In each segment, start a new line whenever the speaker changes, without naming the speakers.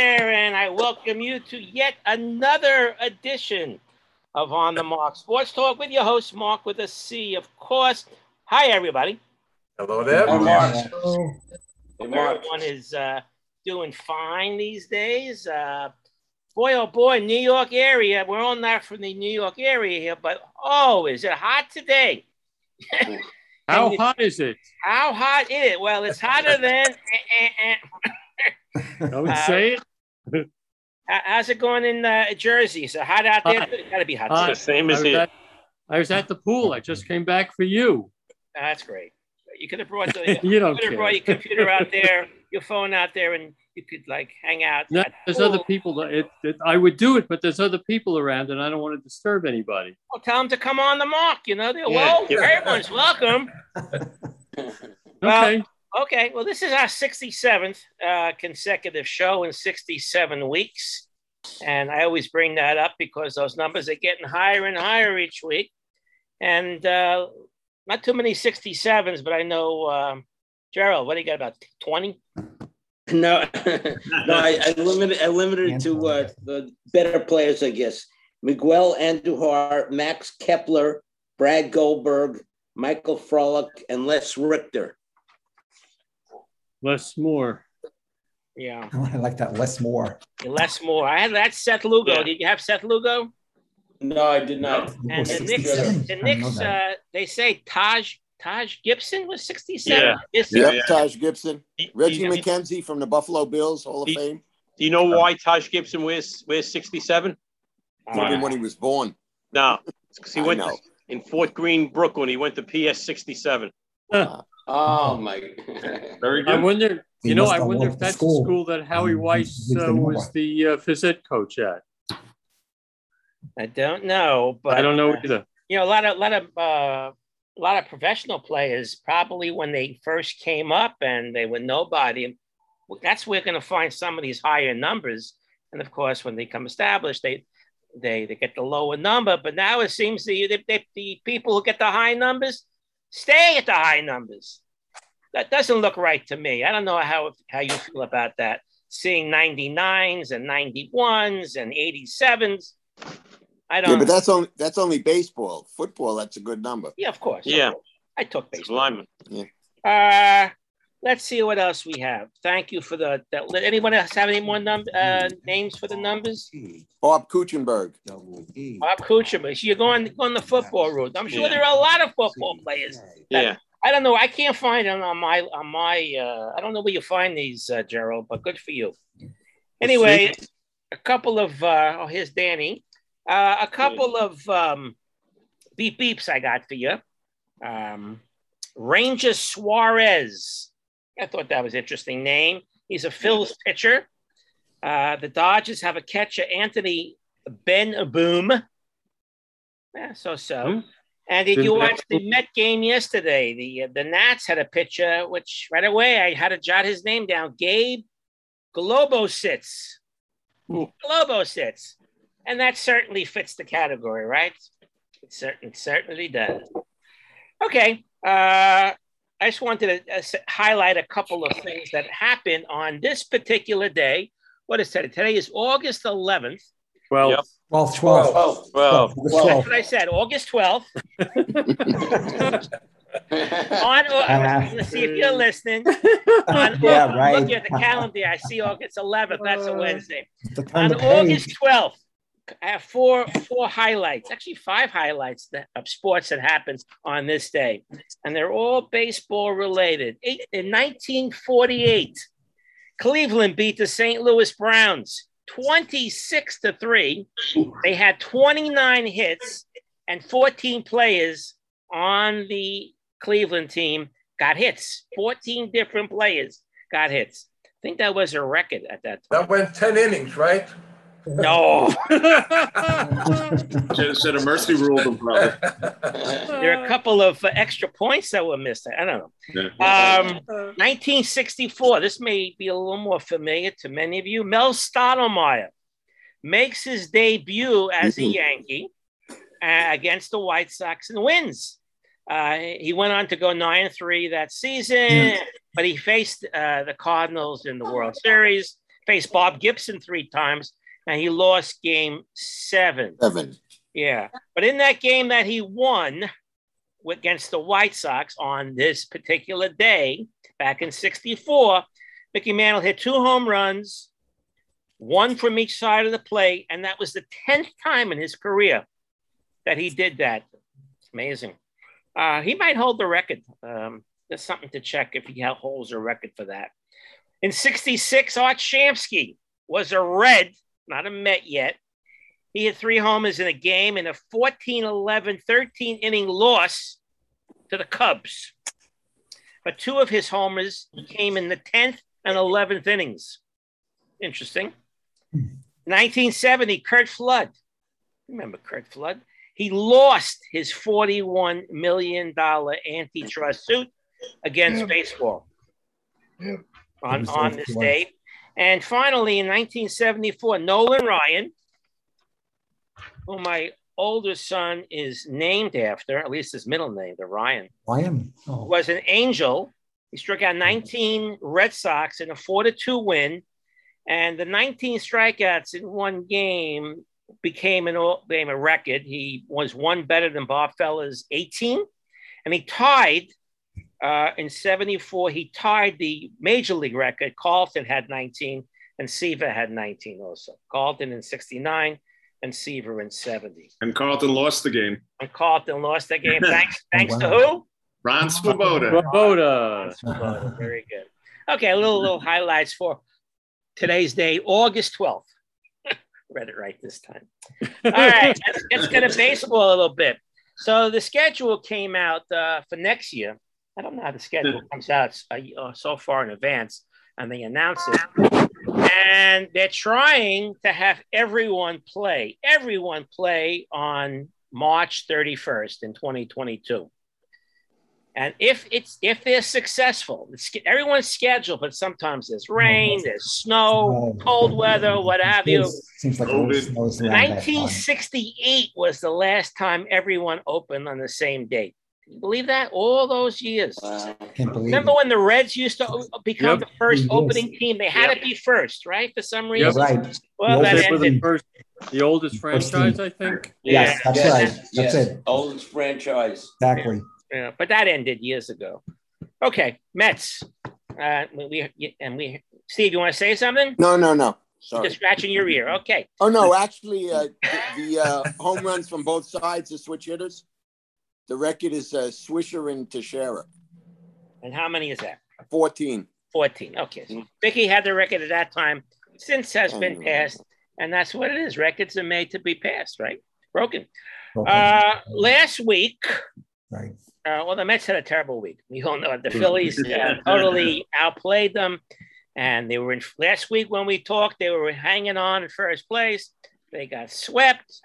I welcome you to yet another edition of On the Mark Sports Talk with your host, Mark with a C, of course. Hi, everybody.
Hello there.
Hello.
Mark.
Hope Everyone is uh, doing fine these days. Uh, boy, oh boy, New York area. We're all not from the New York area here, but oh, is it hot today?
How
And you-
hot is it?
How hot is it? Well, it's hotter than. eh, eh, eh.
Don't
Uh,
say it.
How- How's it going in uh, Jersey? Is it hot out there?
Hot.
It's got to be hot.
Hot.
the same
I
as
was,
here.
at, I was at the pool. I just came back for you.
That's great. You could have brought the.
You don't
could have brought
care.
your computer out there, your phone out there, and you could like hang out.
No,
at
there's
the
other
pool.
people. That it, it, I would do it, but there's other people around, and I don't want to disturb anybody.
Well, tell them to come on the mark. You know, they're
Yeah.
well, everyone's welcome. Well,
Okay.
Okay, well, this is our 67th uh, consecutive show in 67 weeks. And I always bring that up because those numbers are getting higher and higher each week. And uh, not too many 67s, but I know, um, Gerald, what do you got about 20?
No, no, I, I limited, I limited it to uh, the better players, I guess. Miguel Andujar, Max Kepler, Brad Goldberg, Michael Frolick, and Les Richter.
Less more.
Yeah,
I like that less more.
less more. I had that Seth Lugo.
Yeah.
Did you have Seth Lugo?
No, I did not.
And the Knicks, the Knicks uh, they say Taj Taj Gibson was 67.
Yeah.
This
Yep,
Yeah.
Taj Gibson.
You-
Reggie
you-
McKenzie from the Buffalo Bills Hall of
He-
Fame.
Do you know why Taj Gibson wears wears 67?
Told him when he was born.
No, it's 'cause he
I
went
know.
in Fort Greene, Brooklyn. He went to PS 67.
Oh my!
Very
I wonder.
They
You know,
must
I
have
wonder
walked
if
to
that's the
school.
school that Howie
Um,
Weiss
gives
uh,
them
was
more.
the uh, phys ed coach at.
I don't know, but uh,
I don't know either.
you know, a lot of lot of uh, a lot of professional players probably when they first came up and they were nobody. That's where you're going to find some of these higher numbers, and of course, when they come established, they they they get the lower number. But now it seems the the, the, the people who get the high numbers stay at the high numbers. That doesn't look right to me. I don't know how how you feel about that. Seeing 99s and 91s and 87s. I don't
Yeah, but that's only that's only baseball. Football, that's a good number.
yeah, of course. of
Yeah.
course. I took
It's
baseball.
lineman.
Uh, let's see what else we have. Thank you for the. That, let anyone else have any more num- uh, names for the numbers?
Bob Kuchenberg.
Bob Kuchma, so you're going on the football route. I'm sure there are a lot of football players.
Yeah.
I don't know. I can't find them on my on my. Uh, I don't know where you find these, uh, Gerald. But good for you. Anyway, a couple of. Uh, oh, here's Danny. Uh, a couple of um, beep beeps I got for you. Um, Ranger Suarez. I thought that was an interesting name. He's a Phil's pitcher. Uh, the Dodgers have a catcher, Anthony Ben Boom. so so.
Hmm.
And did
Didn't
you
they-
watch the Met game yesterday? The uh, the Nats had a pitcher, which right away I had to jot his name down. Gabe Globosits.
Ooh.
Globosits, and that certainly fits the category, right? It certain certainly does. Okay, uh, I just wanted to uh, s- highlight a couple of things that happened on this particular day. What is today? Today is August 11th.
Well,
Yep.
12, 12.
Oh,
Well,
That's what I said, August 12th. on,
Uh-huh.
I'm gonna see if you're listening. On,
Yeah,
I'm
right.
Looking at the calendar, I see August 11th. That's a Wednesday.
The time
On
to pay.
August 12th, I have four four highlights, actually five highlights that, of sports that happened on this day, and they're all baseball related. Eight, in 1948, Cleveland beat the St. Louis Browns 26 to three. They had 29 hits and 14 players on the Cleveland team got hits. 14 different players got hits. I think that was a record at that time.
That went 10 innings, right?
No,
Should have said a mercy rule them, brother.
there are a couple of uh, extra points that were missed. I don't know. Um, 1964. This may be a little more familiar to many of you. Mel Stottlemyre makes his debut as a
Mhm.
Yankee uh, against the White Sox and wins. Uh, he went on to go nine and three that season, but he faced uh, the Cardinals in the World Series. faced Bob Gibson three times, and he lost game seven.
Seven.
Yeah. But in that game that he won against the White Sox on this particular day, back in 64, Mickey Mantle hit two home runs, one from each side of the plate. And that was the 10th time in his career that he did that. It's amazing. Uh, he might hold the record. Um, that's something to check if he holds a record for that. In 66, Art Shamsky was a Red, not a Met yet. He hit three homers in a game in a 14 11, 13 inning loss to the Cubs. But two of his homers came in the 10th and 11th innings. Interesting. 1970, Kurt Flood. Remember Kurt Flood? He lost his $41 million antitrust suit against baseball
Yeah.
on,
was
on this
81.
date. And finally, in 1974, Nolan Ryan, who my older son is named after, at least his middle name, the Ryan,
Ryan. Oh,
was an angel. He struck out 19 Red Sox in a 4 to 2 win. And the 19 strikeouts in one game became an all became a record. He was one better than Bob Feller's 18. And he tied uh, in 74, he tied the major league record. Carlton had 19 and Seaver had 19 also. Carlton in 69 and Seaver in 70.
And Carlton lost the game.
And Carlton lost that game. Thanks, thanks to
wow.
who?
Ron Swoboda.
Robota.
Swoboda, Very good. Okay, a little little highlights for today's day, August twelfth. Read it right this time. All right, let's, let's get to baseball a little bit. So the schedule came out uh, for next year. I don't know how the schedule comes out uh, uh, so far in advance, and they announce it. And they're trying to have everyone play, everyone play on March 31st in 2022. And if it's if they're successful, it's, everyone's scheduled, but sometimes there's rain, there's snow, cold weather, what have you.
Seems- Seems like it always
COVID.
snows around that time.
1968 was the last time everyone opened on the same date. Can you believe that? All those years.
Wow.
Can't believe
Remember
it.
when the Reds used to o- become the first
Yes.
opening team? They had to be first, right? For some
Yep.
reason.
Right.
Well, that
They were the
ended.
first, the oldest
First
franchise,
team.
I think.
Yes, that's
Yes,
right. That's
yes.
it.
Oldest franchise.
Exactly.
Yeah, but that ended years ago. Okay, Mets. Uh, we, we and we Steve, you want to say something?
No, no, no.
Just
Sorry.
scratching your ear. Okay.
Oh no, actually, uh, the, the uh, home runs from both sides are switch hitters. The record is uh, Swisher and Teixeira,
And how many is that?
fourteen.
14. Okay.
Mm-hmm.
So Vicky had the record at that time, since has been passed, and that's what it is. Records are made to be passed, right? Broken. Uh, last week,
Right.
uh, well, the Mets had a terrible week. We all know it. The Phillies uh, totally outplayed them, and they were in last week when we talked. They were hanging on in first place. They got swept.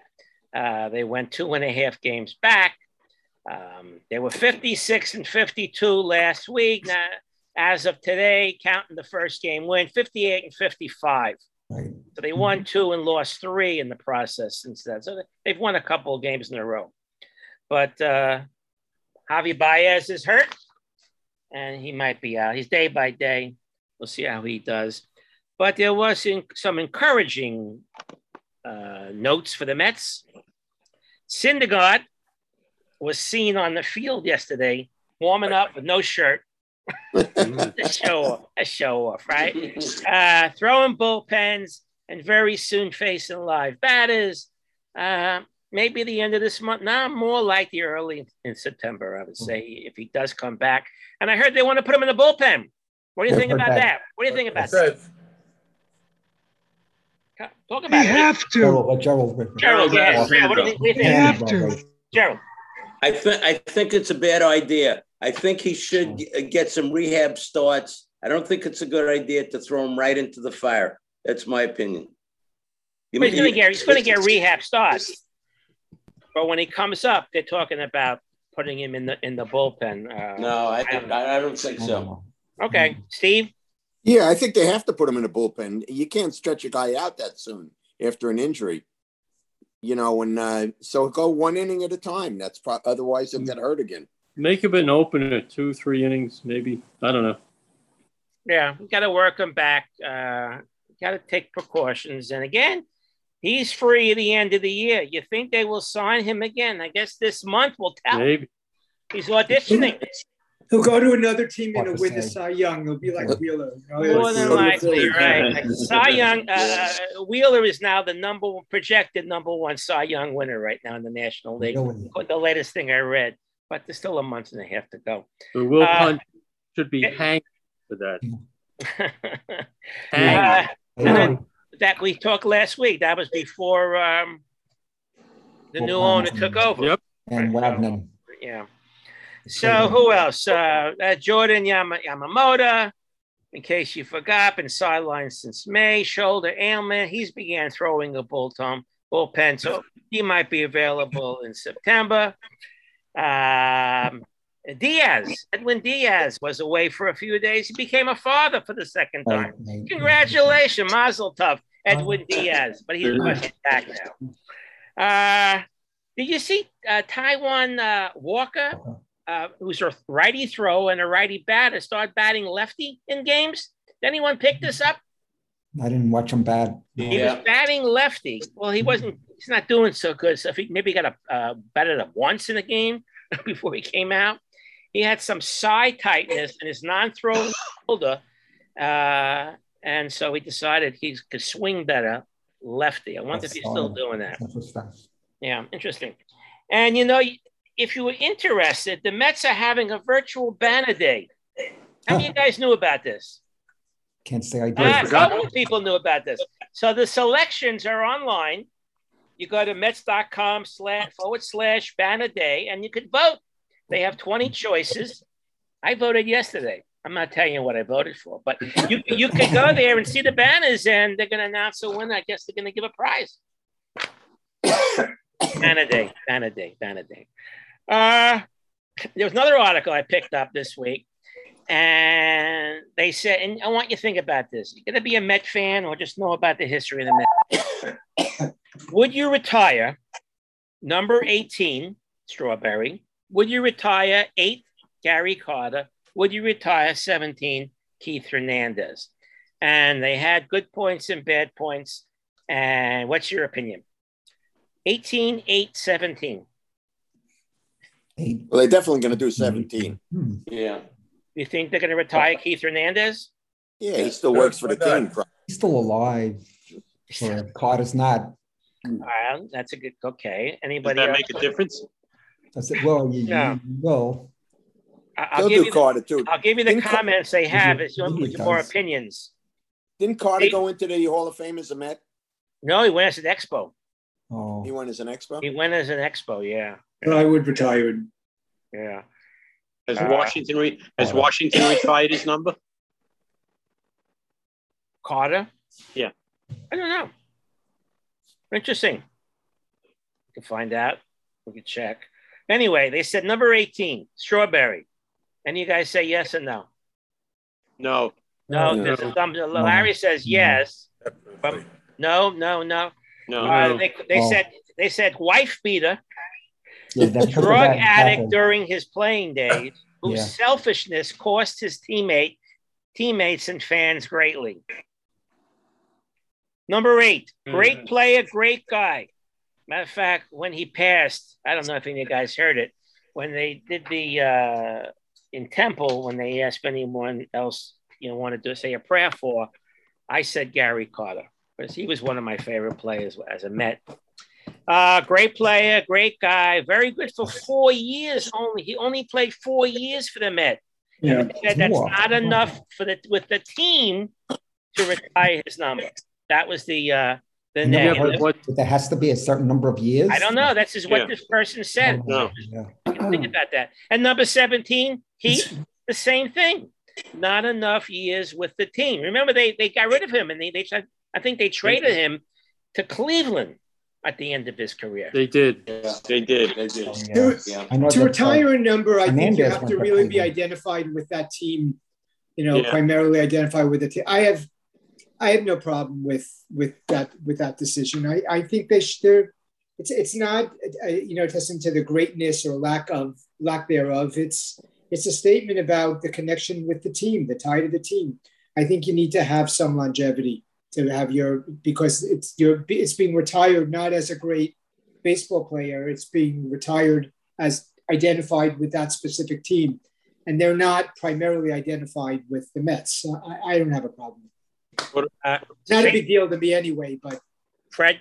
Uh, they went two and a half games back. Um, they were 56 and 52 last week. Now, as of today, counting the first game win, 58 and 55.
Right.
So they won two and lost three in the process since that. So they've won a couple of games in a row. But uh, Javi Baez is hurt and he might be out. He's day by day. We'll see how he does. But there was in, some encouraging uh, notes for the Mets. Syndergaard was seen on the field yesterday, warming up with no shirt. a show off, a show off, right? uh, throwing bullpens and very soon facing live batters. Uh, maybe the end of this month. Now, more likely early in September, I would say, if he does come back. And I heard they want to put him in the bullpen. What do you
Yeah,
think
heard
about
that.
that? What do you think about that?
Said,
Talk about
They
it.
have to.
Gerald, but Gerald Whitmer.
Gerald,
Gerald,
yeah,
yeah,
yeah, what do you think? What do
They
you think?
have to.
Gerald,
I think I think it's a bad idea. I think he should g- get some rehab starts. I don't think it's a good idea to throw him right into the fire. That's my opinion. You
But he's going to
you-
get he's going to get rehab starts. But when he comes up, they're talking about putting him in the in the bullpen. Uh,
No, I, I I don't think
I
so.
don't
Okay, Steve.
Yeah, I think they have to put him in a bullpen. You can't stretch a guy out that soon after an injury. You know, and uh, so go one inning at a time. That's pro- otherwise he'll get hurt again.
Make it an opener, two, three innings, maybe. I don't know.
Yeah, we got to work him back. Uh, got to take precautions. And again, he's free at the end of the year. You think they will sign him again? I guess this month will tell.
Maybe.
He's auditioning.
He'll go to another team and
Hard
he'll
to
win the
say.
Cy Young. He'll be like Wheeler. you know,
More
like-
than likely, right? Cy Young uh, Wheeler is now the number one projected number one Cy Young winner right now in the National League.
Really.
The latest thing I read, but there's still a month and a half to go.
But Will
Uh,
Punt should be
yeah.
hanged for that. Hanged.
Uh, And
Yeah.
then that we talked last week, that was before um, the new
Well,
owner
um,
took over.
Yep.
And Wagner.
Yeah. So who else? Uh, uh, Jordan Yama- Yamamoto, in case you forgot, been sidelined since May, shoulder ailment. He's began throwing a bullpen, bullpen, so he might be available in September. Um, Diaz, Edwin Diaz was away for a few days. He became a father for the second time.
Right, mate.
Congratulations, Mazel Tov, Edwin Diaz. But he's pushing back now. Uh, did you see uh, Taiwan uh, Walker, uh, who's a righty throw and a righty batter, start batting lefty in games? Did anyone pick this up?
I didn't watch him bad.
He
Yeah.
was batting lefty. Well, he wasn't. He's not doing so good. So if he maybe got a uh, batted up once in the game before he came out, he had some side tightness in his non-throw shoulder, uh, and so he decided he could swing better lefty. I wonder if he's still doing that.
That's what's fast.
Yeah, interesting. And you know, if you were interested, the Mets are having a virtual banner day. How many of you guys knew about this?
Can't say I
Ah,
did.
couple people knew about this. So the selections are online. You go to Mets.com slash forward slash banner day and you could vote. They have 20 choices. I voted yesterday. I'm not telling you what I voted for, but you, you could go there and see the banners and they're going to announce a winner. I guess they're going to give a prize. banner day, banner day, banner day. Uh, there was another article I picked up this week and they said, and I want you to think about this. You're going to be a Met fan or just know about the history of the Met. Would you retire number 18, Strawberry? Would you retire eight, Gary Carter? Would you retire 17, Keith Hernandez? And they had good points and bad points. And what's your opinion? 18, 8, 17.
Eight.
Well, they're definitely going to do 17.
Hmm.
Yeah.
You think they're going to retire Keith Hernandez?
Yeah, he still works for the
Why
team.
not?
pro-
He's still alive. Or Carter's not.
Well, that's a good, okay.
Does
Anybody
that
else?
make a difference?
I said, well, you,
Yeah.
you you will.
I- I'll
They'll
give
do
you the,
Carter, too.
I'll give you the
Didn't Car-
comments they have as your,
Didn't
with
it
your more
does?
opinions.
Didn't Carter
He-
go into the Hall of Fame as a Met?
No, he went as an expo.
Oh,
He went as an expo?
He went as an expo. Yeah,
But I would retire.
yeah.
Has
Uh,
Washington re- has
hold on.
Washington retired his number?
Carter.
Yeah.
I don't know. Interesting. We can find out. We can check. Anyway, they said number eighteen, strawberry. Any of you guys say yes or no?
No.
No.
No.
there's a thumb- Larry says
No.
yes.
Definitely.
No, no, no.
No.
Uh, they they
Oh.
said they said wife beater.
yeah, that- that's a
drug
bad
addict
example.
during his playing days, whose
Yeah.
selfishness cost his teammate, teammates and fans greatly. Number eight, great player, great guy. Matter of fact, when he passed, I don't know if any of you guys heard it. When they did the uh, in Temple, when they asked anyone else you know wanted to say a prayer for, I said Gary Carter because he was one of my favorite players as a Met. Uh, great player, great guy, very good for four years only. He only played four years for the Met.
Yeah.
He said that's
Wow.
not enough for the with the team to retire his number. That was the uh, the
Yeah,
Yeah,
negative.
but what,
But there has to be a certain number of years.
I don't know. That's just what
Yeah.
this person
Oh,
said.
No.
yeah.
Think
Oh.
about that. And number 17, Heath, the same thing. Not enough years with the team. Remember, they, they got rid of him and they, they tried- I think they traded him to Cleveland at the end of his career.
they did.
Yeah.
They did.
They do.
Yeah.
Yeah.
I know that's,
To
uh,
retire a number, I think you
Hernandez
have
went
to
to
really be
Cleveland.
identified with that team. You know,
Yeah.
primarily identified with the team. I have, I have no problem with with that with that decision. I I think they should. They're, it's it's not uh, you know testament to the greatness or lack of lack thereof. It's it's a statement about the connection with the team, the tie to the team. I think you need to have some longevity to have your because it's your it's being retired not as a great baseball player, it's being retired as identified with that specific team, and they're not primarily identified with the Mets. So I, I don't have a problem.
What,
uh,
It's not a big deal to me anyway, but
Fred,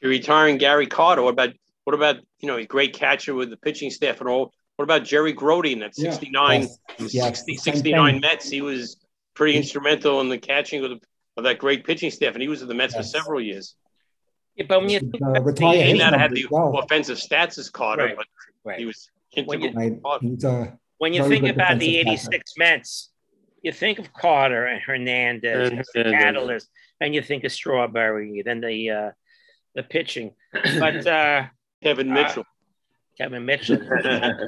You're retiring Gary Carter. What about what about you know a great catcher with the pitching staff and all? What about Jerry Grody in that
Yeah.
69,
Yes. Yeah,
60,
same
69
thing.
Mets? He was pretty instrumental in the catching of, the, of that great pitching staff, and he was with the Mets for
Yes.
several years.
yeah, but when you think
The
about the
retired
He may
age-
his
not have had
number
the
as well.
offensive stats as Carter,
Right.
but
right.
he was
When
integral.
Right, uh, he's a-
when you
Very
think
good
about the
defensive
86 Mets, you think of Carter and Hernandez,
And
as the
Hernandez.
catalyst, and you think of Strawberry, then the uh, the pitching. But uh,
Kevin
Uh,
Mitchell.
Kevin Mitchell,
Yeah.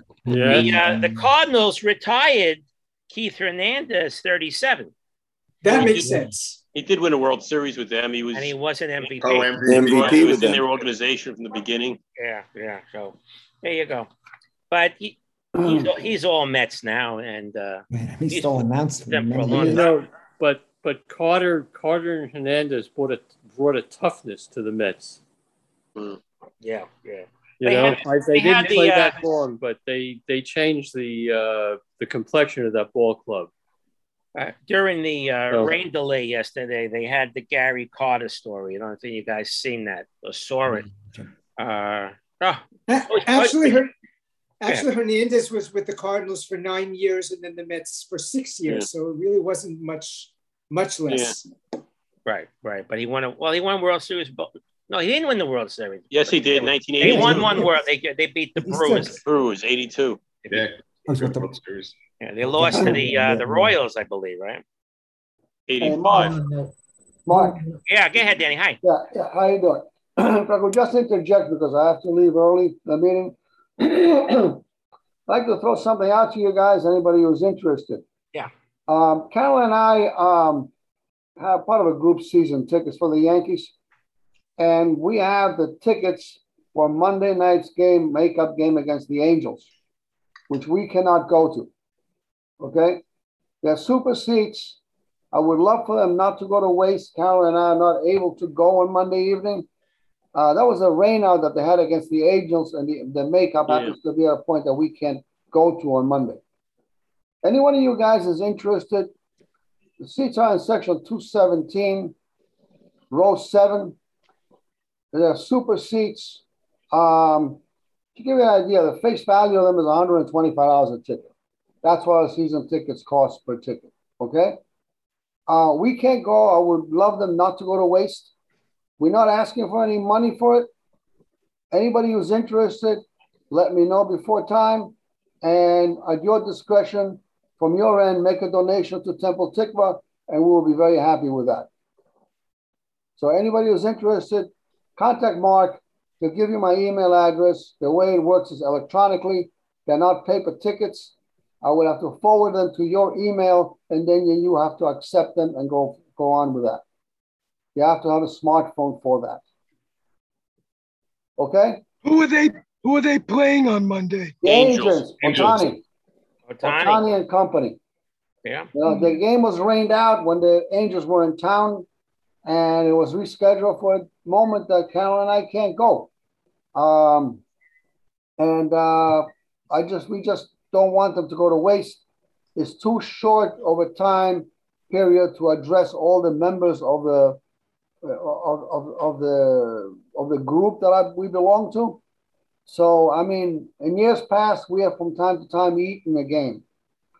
the, uh, the Cardinals retired Keith Hernandez, 37,
that makes sense.
he did win a World Series with them. He was
and he wasn't MVP.
Oh,
he
MVP
was
with
in
them.
their organization from the beginning.
Yeah, yeah. So there you go. But he, he's, he's all Mets now, and uh,
Man, he's still announced for
Them for a
many
long
years.
time.
No, but but Carter Carter and Hernandez brought a brought a toughness to the Mets.
Mm.
yeah, yeah.
You
They
know,
had-
I, they,
they had
didn't play
the, uh,
that long, but they they changed the uh, the complexion of that ball club.
Uh, during the uh,
Oh.
rain delay yesterday, they had the Gary Carter story. I don't think you guys seen that or saw it.
Mm,
Uh, oh,
A-
Oh,
Actually, her, actually Hernandez was with the Cardinals for nine years, and then the Mets for six years. So it really wasn't much, much less.
right, right. But he won. A, well, he won World Series. But, no, he didn't win the World Series.
Yes, he did.
They
1982.
Yeah,
won
he-
one World. They they beat the
He's
Brewers.
six.
Brewers, 82.
Yeah.
I was with the-
World Series.
Yeah, they lost to the uh, the Royals, I believe. Right?
85.
Mark,
Yeah. Go ahead, Danny. Hi.
yeah, yeah, how you doing? If I could just interject because I have to leave early the meeting. I'd like to throw something out to you guys, anybody who's interested.
Yeah.
Um, Carol and I um, have part of a group season tickets for the Yankees, and we have the tickets for Monday night's game, makeup game against the Angels, which we cannot go to. Okay, they're super seats. I would love for them not to go to waste. Carol and I are not able to go on Monday evening. Uh, that was a rainout that they had against the Angels, and the, the makeup
Yeah.
happens to be at a point that we can't go to on Monday. Any one of you guys is interested, the seats are in section 217, row 7. They're super seats. Um, to give you an idea, the face value of them is $125 a ticket. That's what our season tickets cost per ticket, okay? Uh, we can't go. I would love them not to go to waste. We're not asking for any money for it. Anybody who's interested, let me know before time. And at your discretion, from your end, make a donation to Temple Tikva, and we will be very happy with that. So, anybody who's interested, contact Mark. He'll give you my email address. The way it works is electronically, they're not paper tickets. I will have to forward them to your email, and then you- you have to accept them and go go on with that. You have to have a smartphone for that. Okay?
Who are they? Who are they playing on Monday?
The
Angels.
Angels, Otani,
Otani.
Otani and company.
Yeah.
You know, the game was rained out when the Angels were in town, and it was rescheduled for a moment that Carol and I can't go. Um, and uh, I just we just don't want them to go to waste. It's too short of a time period to address all the members of the uh, of, of, of the of the group that I, we belong to. So I mean, in years past, we have from time to time eaten a game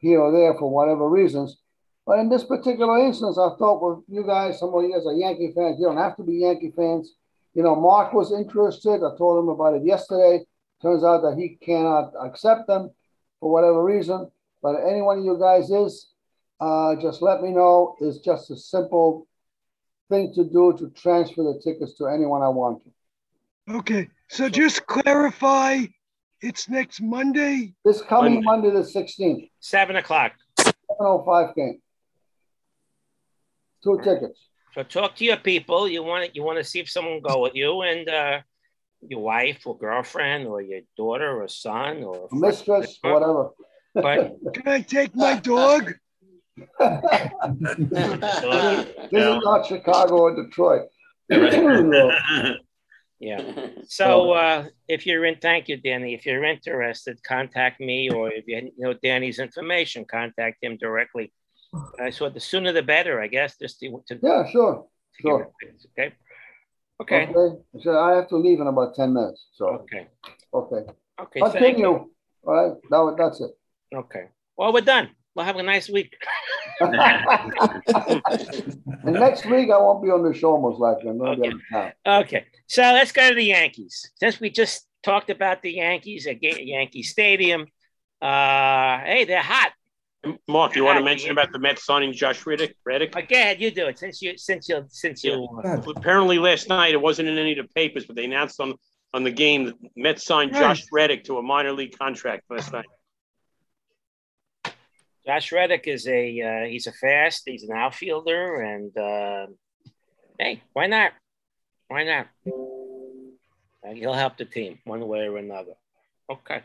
here or there for whatever reasons. But in this particular instance, I thought, well, you guys, some of you guys are Yankee fans. You don't have to be Yankee fans. You know, Mark was interested. I told him about it yesterday. Turns out that he cannot accept them for whatever reason. But if any one of you guys is, uh, just let me know. It's just a simple thing to do to transfer the tickets to anyone I want to.
Okay, so just clarify, it's next Monday.
This coming Monday, the 16th,
Seven o'clock.
705 game. Two tickets.
So talk to your people. You want you want to see if someone will go with you and uh, your wife or girlfriend or your daughter or son or
Mistress, whatever.
But
Can I take my dog?
This is not Chicago or Detroit.
Yeah. So uh, if you're in, thank you, Danny. If you're interested, contact me, or if you know Danny's information, contact him directly. I saw the sooner the better, I guess. Just to, to
Yeah, sure, sure.
okay, okay,
So I have to leave in about ten minutes, so.
Okay.
Okay.
Okay, thank
Continue,
you.
all right, that, was- that's it.
okay. Well, we're done. Well, have a nice week.
And next week I won't be on the show most likely, I'm gonna be out of town.
Okay, so let's go to the Yankees. Since we just talked about the Yankees at Ga- Yankee Stadium, uh, hey, they're hot.
Mark, you want to mention about the Mets signing Josh Reddick? Reddick?
But go ahead, you do it since you since you since you. Uh,
Apparently, last night it wasn't in any of the papers, but they announced on on the game that Mets signed Josh Reddick to a minor league contract last night.
Josh Reddick is a uh, he's a fast, he's an outfielder, and uh, hey, why not? Why not? Uh, he'll help the team one way or another. Okay,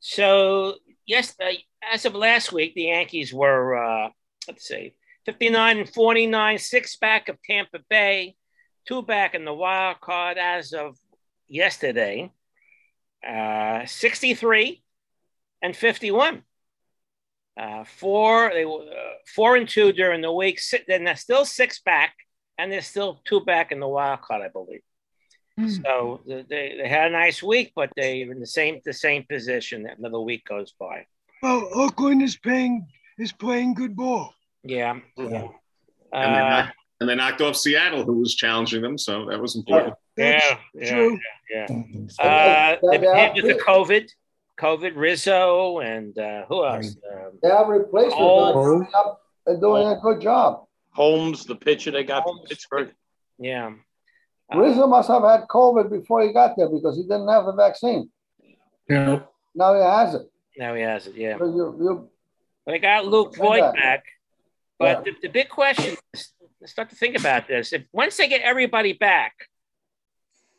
so yes, uh, as of last week, the Yankees were uh, let's see, fifty nine and forty nine, six back of Tampa Bay, two back in the wild card as of yesterday, uh, sixty three and fifty one. Uh, four, they were uh, four and two during the week. Sit, then they're still six back, and they're still two back in the wild card, I believe.
Hmm.
So they, they had a nice week, but they're in the same the same position. Another week goes by.
Well, Oakland is playing is playing good ball.
Yeah.
And, they
Uh,
knocked, and they knocked off Seattle, who was challenging them, so that was important.
yeah, yeah, yeah. yeah. Uh,
Now,
they've
they
had
have-
with the COVID, COVID Rizzo and uh, who else? Um,
They have replacements,
Oh.
coming up and doing a good job.
Holmes, the pitcher they got from Pittsburgh.
Yeah.
Uh,
Rizzo must have had COVID before he got there because he didn't have the vaccine.
Yeah.
Now he has it.
now he has it. Yeah.
So you- you-
They got Luke Voigt back. But the, the big question is let's start to think about this. If once they get everybody back,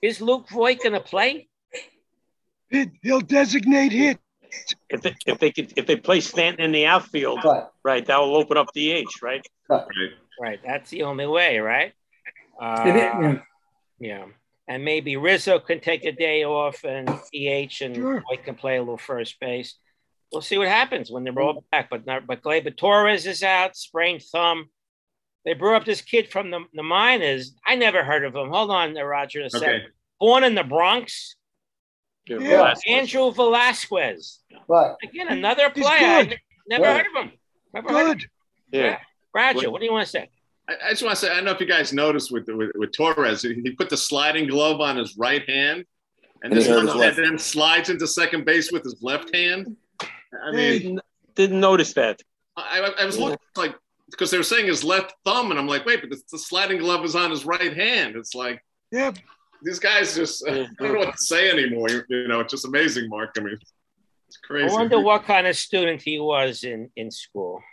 is Luke Voigt gonna play?
It, he'll designate hit.
If they, if they could if they play Stanton in the outfield,
right,
that will open up DH, right?
Right.
Right. That's the only way, right? Uh,
It is, yeah.
yeah. And maybe Rizzo can take a day off and EH and Voigt can play a little first base. We'll see what happens when they're all back. But not, but Gleyber Torres is out, sprained thumb. They brought up this kid from the, the minors. I never heard of him. Hold on, there, Roger. A second.
Okay.
Born in the Bronx.
Yeah.
Andrew Velasquez.
Right.
Again, another
He's
player. I
good.
never
Yeah.
heard of him. Never heard of him.
Yeah.
Roger, what do you want to say?
I, I just want to say, I don't know if you guys noticed with with, with Torres, he, he put the sliding glove on his right hand, and,
And he
this
hurt
one
his left.
then slides into second base with his left hand. I mean,
Didn't notice that.
I, I- I was looking like because they were saying his left thumb, and I'm like, wait, but the, the sliding glove is on his right hand. It's like,
yeah,
these guys just I don't know what to say anymore. You, you know, it's just amazing, Mark. I mean, it's
I
crazy.
wonder what kind of student he was in, in school.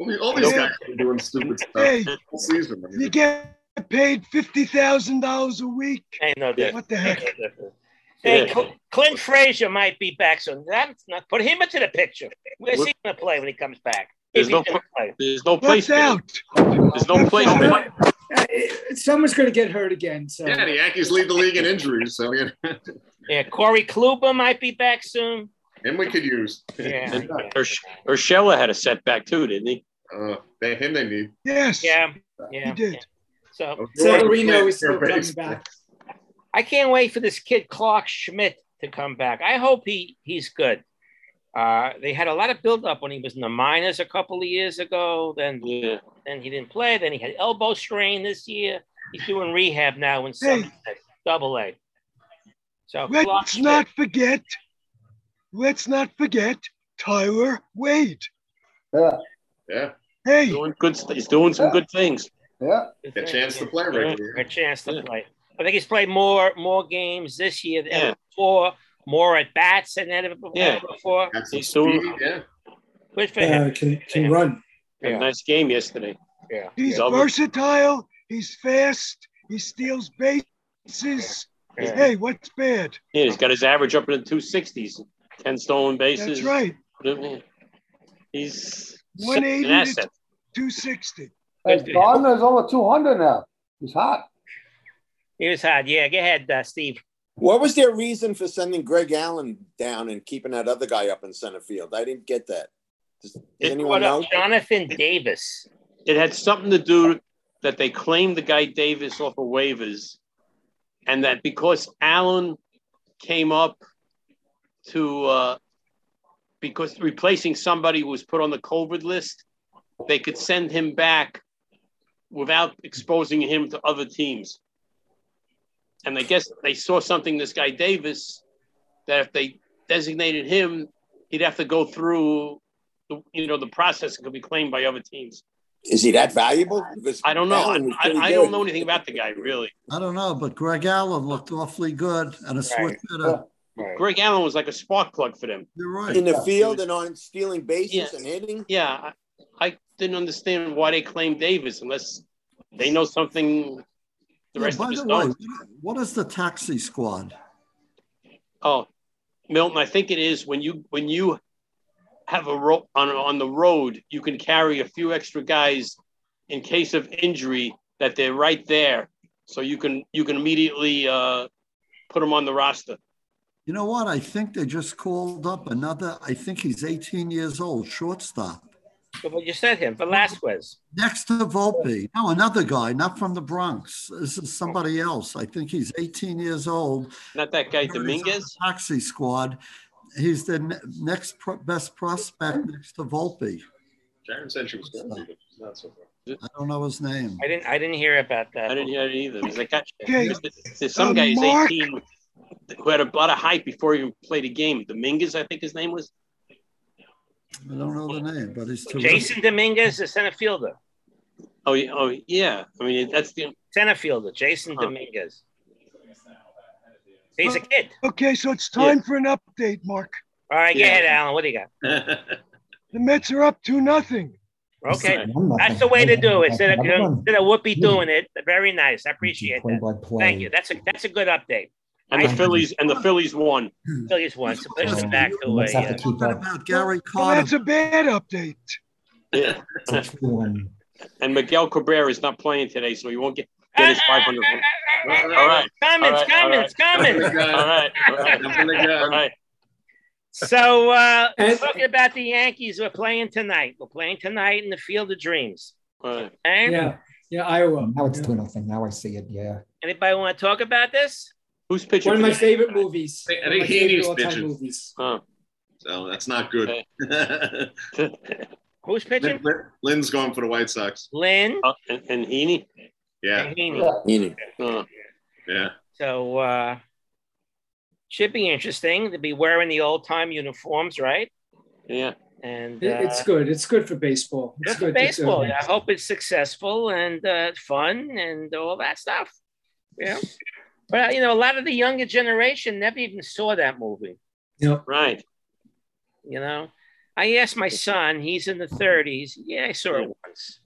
I mean, all these guys are doing stupid stuff
Hey.
all season. I mean,
You get paid fifty thousand dollars a week.
Ain't no difference.
What the heck?
Hey,
Yeah.
Cl- Clint Frazier might be back soon. That's not put him into the picture. Where's he going to play when he comes back?
There's
If he's
no
gonna play.
there's no place for him. There's no place for him.
uh, Someone's going to get hurt again. So
yeah, the Yankees lead the league in injuries, so you know,
Yeah, Corey Kluber might be back soon.
him we could use.
Yeah.
Ursh- Urshela had a setback too, didn't he?
Uh, they, him they need.
Yes.
Yeah. Yeah. yeah. So,
back.
I can't wait for this kid Clark Schmidt to come back. I hope he he's good. Uh, they had a lot of buildup when he was in the minors a couple of years ago. Then then he didn't play. Then he had elbow strain this year. He's doing rehab now in Somerset, double A. So Clark
Let's
Schmidt,
not forget. Let's not forget Tyler Wade.
Yeah.
Yeah.
Hey.
Doing good. st- He's doing some good things.
Yeah.
A chance to play right here.
a chance to play. I think he's played more more games this year than
Yeah.
ever before, more at bats than ever before.
Yeah.
before.
He's doing.
Yeah.
Good for him.
Yeah,
can, can run.
Had a nice game yesterday.
Yeah.
He's
Double.
versatile. He's fast. He steals bases.
Yeah.
Hey, what's bad?
Yeah, he's got his average up in the two sixties. Ten stolen bases.
That's right.
He's such an
180 to-
asset.
260.
Hey, Gardner's over 200 now. He's hot.
He was hot. Yeah, go ahead, uh, Steve.
What was their reason for sending Greg Allen down and keeping that other guy up in center field? I didn't get that. Does, does
What
anyone
up,
know?
Jonathan Davis.
It had something to do that they claimed the guy Davis off of waivers, and that because Allen came up to uh, because replacing somebody who was put on the COVID list, they could send him back without exposing him to other teams. And I guess they saw something this guy Davis that if they designated him, he'd have to go through the, you know the process and could be claimed by other teams.
Is he that valuable? Because
I don't know.
Allen was
I,
pretty
I, I don't
good.
know anything about the guy really.
I don't know, but Greg Allen looked awfully good and a switch hitter.
Greg Allen was like a spark plug for them.
You're right.
in the field and on stealing bases and hitting.
Yeah, I, I didn't understand why they claimed Davis unless they know something the
Yeah,
rest
by
of us
the way,
don't.
what is the taxi squad?
Oh, Milton, I think it is when you when you have a ro- on on the road, you can carry a few extra guys in case of injury that they're right there, so you can you can immediately uh, put them on the roster.
You know what? I think they just called up another, I think he's 18 years old, shortstop.
But you said him, Velasquez.
Next to Volpe. No, another guy, not from the Bronx. This is somebody else. I think he's 18 years old.
Not that guy
He's on the
Dominguez.
Taxi squad. He's the ne- next pro- best prospect next to Volpe.
Sharon said she was going to read it. She's not so far.
I don't know his name.
I didn't. I didn't hear about that.
I didn't hear it either. There's, a guy,
Okay.
there's- there's some
Uh,
guy who's
Mark.
18 who had a lot of hype before he even played a game. Dominguez, I think his name was.
I don't know the name, but he's terrific.
Jason Dominguez, the center fielder.
Oh, yeah, oh yeah. I mean, that's the
Center fielder, Jason Dominguez. He's a kid.
Uh, Okay, so it's time for an update, Mark.
All right,
Yeah.
go ahead, Alan. What do you got?
The Mets are up to nothing.
Okay, that's the way to do it. Instead of, instead of Whoopi doing it, very nice. I appreciate that. Thank you. That's a that's a good update.
And the Phillies and the Phillies won.
Phillies won. So let's get back to
Let's
uh,
have to keep
What
up.
about Gary
Well, that's a bad update.
Yeah.
One.
and Miguel Cabrera is not playing today, so he won't get, get his 500. All right.
Comments,
All right. All right.
comments, comments.
All right. All right. All right.
So uh, talking about the Yankees, we're playing tonight. We're playing tonight in the Field of Dreams. And
Yeah, yeah, Iowa.
Now it's two nothing. Now I see it. Yeah.
anybody want to talk about this?
Who's
One of my favorite movies.
I think
One of my
Heaney's
favorite all-time
pitching.
movies.
So that's not good.
Who's pitching?
Lin, Lynn's going for the White Sox.
Lynn.
Uh, and, and Heaney.
Yeah.
Heaney.
Heaney.
Uh,
Yeah.
So uh, should be interesting to be wearing the old time uniforms, right?
Yeah.
And uh,
It- It's good. It's good for baseball. It's uh,
Good for
good to-
baseball. I hope it's successful and uh, fun and all that stuff. Yeah. But you know, a lot of the younger generation never even saw that movie.
Right.
You know, I asked my son; he's in the 30s. Yeah, I saw it once.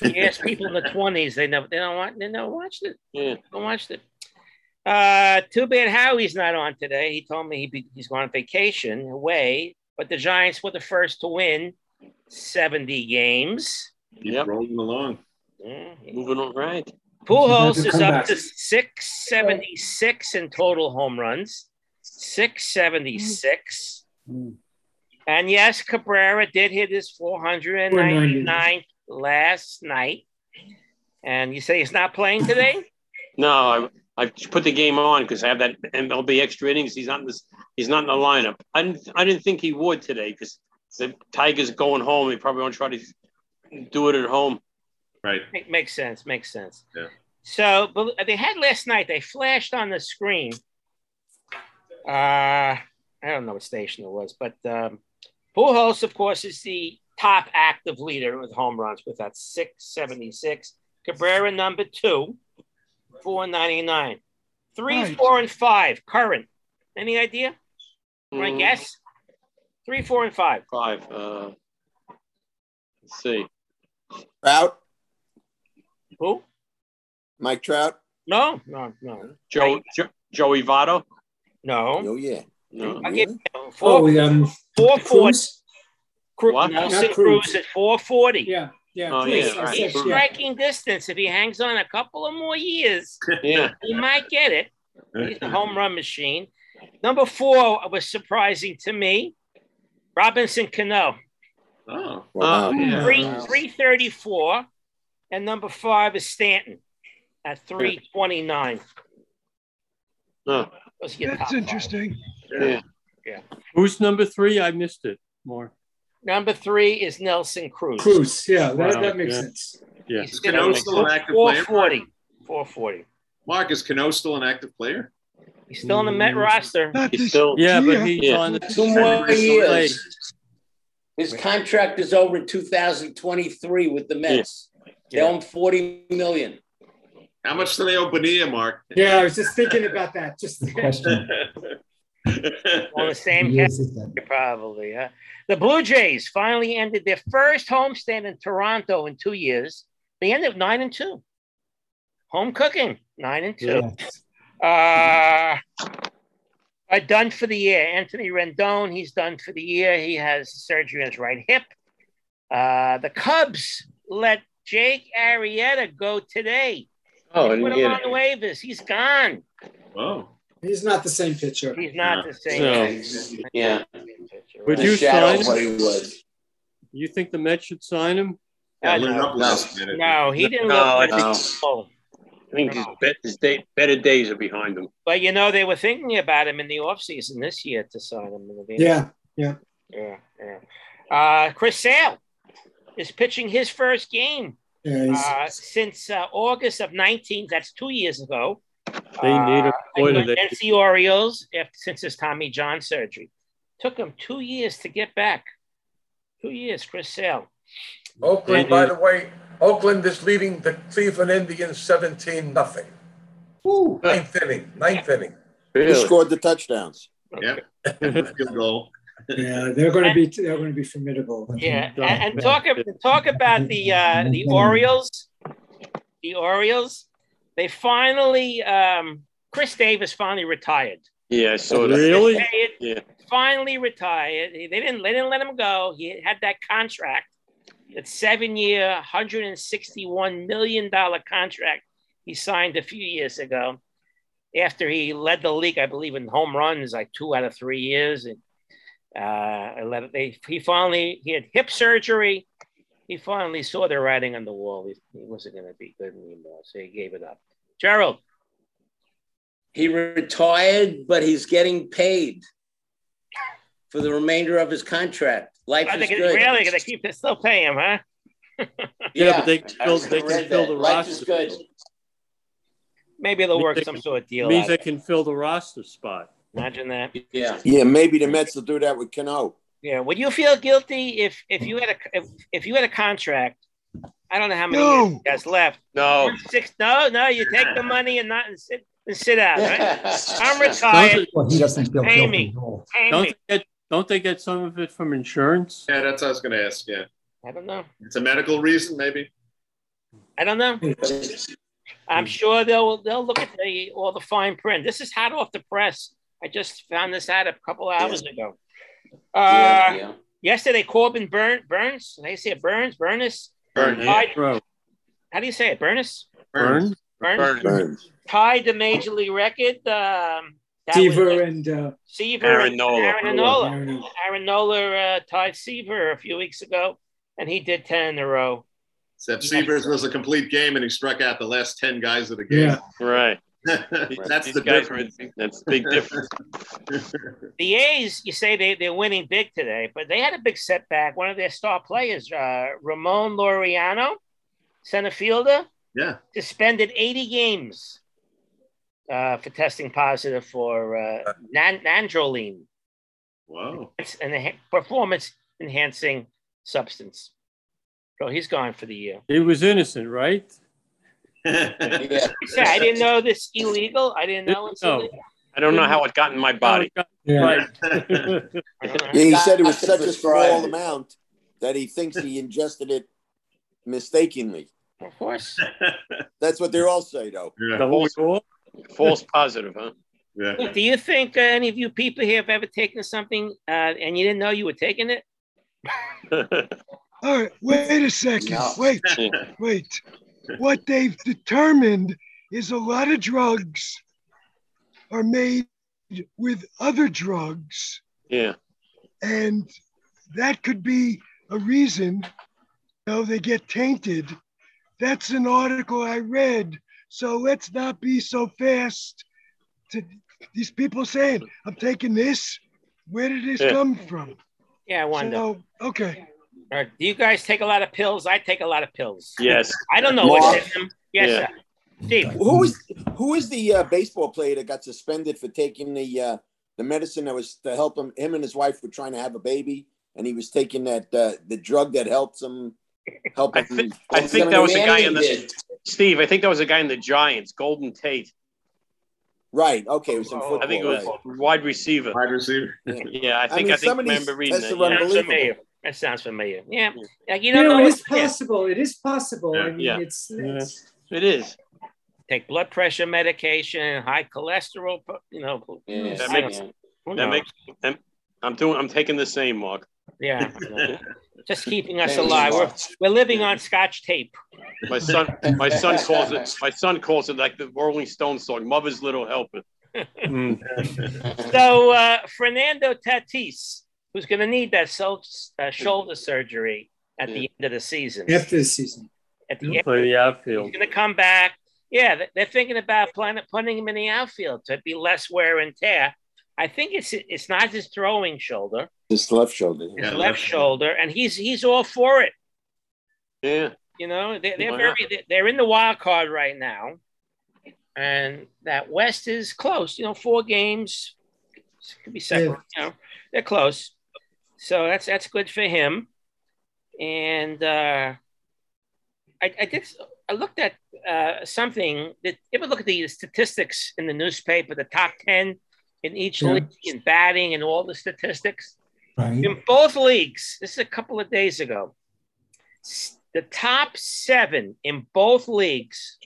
You ask people in the 20s; they never, they don't want, they never watched it.
Yeah.
Don't watch it. Uh, too bad Howie's not on today. He told me he be, he's going on vacation away. But the Giants were the first to win 70 games.
Keep rolling along.
Mm.
Moving on. Right.
Pujols is up
Comeback.
to 676 in total home runs, 676.
Mm.
And yes, Cabrera did hit his 499th last night. And you say he's not playing today?
No, I, I put the game on because I have that MLB extra innings. He's not in this. He's not in the lineup. I didn't. I didn't think he would today because the Tigers going home. He probably won't try to do it at home.
Right.
Make, makes sense. Makes sense.
Yeah.
So, but they had last night, they flashed on the screen. Uh, I don't know what station it was, but um, Pujols, of course, is the top active leader with home runs with that 676. Cabrera, number two, 499. Three,
Right.
four, and five current. Any idea? My
Mm.
guess? Three, four, and five.
Five. Uh, let's see.
Trout.
Who?
Mike Trout.
No, no, no.
Joe, jo- Joey Votto.
No.
Oh yeah.
No.
I'll give you
Oh,
four,
um,
four forty.
Cruz?
Cru-
What?
Nelson
Not Cruz.
Cruz at four forty.
Yeah. Yeah,
Oh,
he's,
yeah, right,
he's
sure.
striking distance. If he hangs on a couple of more years,
Yeah.
he might get it. He's a home run machine. Number four was surprising to me. Robinson Cano.
Oh,
Wow.
yeah.
Three, 334. And number five is Stanton at 329.
Huh.
Those are your top
That's
five.
interesting.
Yeah.
Who's number three? I missed it more.
Number three is Nelson Cruz.
Cruz. Yeah, that,
Wow,
that makes
yeah.
sense.
Yeah.
He's
Cano
still-
still an active player?
440. 440.
Mark, is Cano still an active player?
He's still on the Met roster.
Not
He's
this
still,
Yeah, but he's
Yeah.
on the
Two more
he's on the
years.
plate.
His contract is over in 2023 with the Mets. They own 40 million.
How much do they owe Bonilla, Mark?
Yeah, I was just thinking about that. Just
Good question.
On the same
Who
category,
uses that?
probably. Huh? The Blue Jays finally ended their first homestand in Toronto in two years. They ended nine and two. Home cooking, nine and two.
Yeah.
Uh, are done for the year. Anthony Rendon, he's done for the year. He has surgery on his right hip. Uh, the Cubs let Jake Arrieta go today.
oh, I
Put
didn't
him
get
on
it.
waivers. He's gone.
Oh.
He's not the same pitcher.
He's not the same.
No.
He's not
Yeah.
the same pitcher,
Would
right?
The
you
shadow
sign
of
him?
what he was.
You think the Mets should sign him?
Yeah,
I
lit it
know.
up last minute.
No, he didn't
No, I
look good.
think-
at all.
I think his, bet, his day, better days are behind him.
But you know, they were thinking about him in the offseason this year to sign him. in the beginning.
Yeah.
Yeah, yeah. Uh, Chris Sale is pitching his first game
Yeah, he's,
uh, since uh, August of 19. That's two years ago.
They need a
Uh,
boy.
he
do
went
They
against the Orioles after, since his Tommy John surgery. Took him two years to get back. Two years, Chris Sale.
Oakland, by the way, Oakland is leading the Cleveland Indians 17 nothing.
Woo.
Ninth inning, ninth inning.
Who
Really?
scored the touchdowns?
Yeah. Field goal.
yeah, Uh, they're going to be they're going to be formidable.
Yeah,
Yeah.
and, and talk ab- talk about the uh, the Orioles. The Orioles, they finally um, Chris Davis finally retired.
Yeah, I saw that.
Really?
Retired,
Yeah.
Finally retired. They didn't they didn't let him go. He had that contract, that seven year, hundred and sixty one million dollar contract he signed a few years ago. After he led the league, I believe in home runs like two out of three years, and uh, I let it, they, he finally he had hip surgery. He finally saw the writing on the wall. He, he wasn't going to be good anymore, so he gave it up. Gerald,
He retired, but he's getting paid for the remainder of his contract. Life
are they
is
gonna,
good.
really going to keep this? Still pay him, huh?
Yeah, but they can
I
fill-
was
they
gonna
can
read
fill
that.
the
Life is
roster.
good.
Maybe they'll
Me-
work some sort of deal.
means
Out.
they can fill the roster spot.
Imagine that.
Yeah.
Yeah, maybe the Mets will do that with Cano.
Yeah. Would you feel guilty if if you had a if, if you had a contract? I don't know how many
No.
years you guys left.
No.
Six? No, no. You take the money and not and sit and sit out. Right? I'm
Don't
retired.
Well, he doesn't feel
Pay
guilty
me.
at all.
Pay
Don't
me.
they get don't they get some of it from insurance?
Yeah, that's what I was going to ask. Yeah.
I don't know.
It's a medical reason, maybe.
I don't know. I'm sure they'll they'll look at the all the fine print. This is hot off the press. I just found this out a couple hours ago. Uh,
yeah, yeah.
Yesterday, Corbin Burn, Burns. They say it Burns, Burnus.
Burn.
Tied,
Bro,
how do you say it? Burnus.
burn.
Burns
Burn.
Burns.
tied the major league record. Um, that was-
Seaver and uh,
Seaver
Aaron
and
Nola.
Aaron Nola.
Aaron-
Aaron Nola uh, tied Seaver a few weeks ago, and he did ten in a row.
Except
Yeah.
Severs was a complete game and he struck out the last 10 guys of the game.
yeah,
Right.
that's
These
the
guys
difference.
are- That's the big difference.
The A's, you say they, they're winning big today, but they had a big setback. One of their star players, uh, Ramon Laureano, center fielder,
Yeah.
suspended 80 games uh, for testing positive for uh, nan- nandrolene,
Wow.
It's an enha- performance enhancing substance. So he's gone for the year.
He was innocent, right?
Yeah.
I said, I didn't know this illegal. I didn't know it's
No.
illegal.
I don't know how it got in my body.
yeah.
Right.
I don't know.
Yeah, he said it was
Doctor
such a small
prescribed it.
amount that he thinks he ingested it mistakenly.
Of course.
That's what they all say, though.
yeah.
The whole ball?
False positive, huh?
Yeah.
Look, do you think uh, any of you people here have ever taken something uh, and you didn't know you were taking it?
All right, wait a second.
No.
Wait, wait. What they've determined is a lot of drugs are made with other drugs,
Yeah.
and that could be a reason you know, they get tainted. That's an article I read. So let's not be so fast to these people saying, I'm taking this. Where did this
Yeah.
come from?
Yeah, I wonder.
So, okay.
Or do you guys take a lot of pills? I take a lot of pills.
Yes.
I don't know what's in them. Yes,
Yeah.
sir. Steve.
Who is who is the uh, baseball player that got suspended for taking the uh, the medicine that was to help him? Him and his wife were trying to have a baby, and he was taking that uh, the drug that helps him. Help
I
him-
think I
helps
think
him
that was a guy in
end
the
it.
Steve. I think that was a guy in the Giants, Golden Tate.
Right. Okay. It was in
Oh, I
football.
think it was
right.
wide receiver.
Wide receiver.
Yeah, I
I
think I,
mean,
think
somebody's-
remember reading
that's
that.
the
yeah.
run-
Sounds
Unbelievable.
familiar. That sounds familiar. Yeah. Like, you
You
don't
know,
know
it
what
is possible. It is possible. I mean,
Yeah.
it's, it's
It is.
Take blood pressure medication, high cholesterol, you know.
Yeah, that
I don't-
makes-
who
That
knows?
makes, I'm, I'm doing. I'm taking the same, Mark.
Yeah. Just keeping us
Thanks,
alive. We're,
Mark.
we're living on scotch tape.
My son. My son calls it. My son calls it like the Rolling Stones song, "Mother's Little Helper." Hmm.
So uh, Fernando Tatis, who's going to need that self, uh, shoulder surgery at the end of the season.
after the season.
At the
He'll
end,
play the
he's
outfield.
going to come back. Yeah, they- they're thinking about playing, putting him in the outfield to be less wear and tear. I think it's it's not his throwing shoulder,
His left shoulder.
his left shoulder, and he's he's all for it.
Yeah.
You know, they, they're
Why
very
not?
they- they're in the wild card right now, and that West is close. You know, four games could be separate. You know, they're close, so that's that's good for him. And uh, I, I did I looked at uh, something that if you look at the statistics in the newspaper, the top ten in each
Yeah.
league in batting and all the statistics
right?
in both leagues. This is a couple of days ago. S- The top seven in both leagues,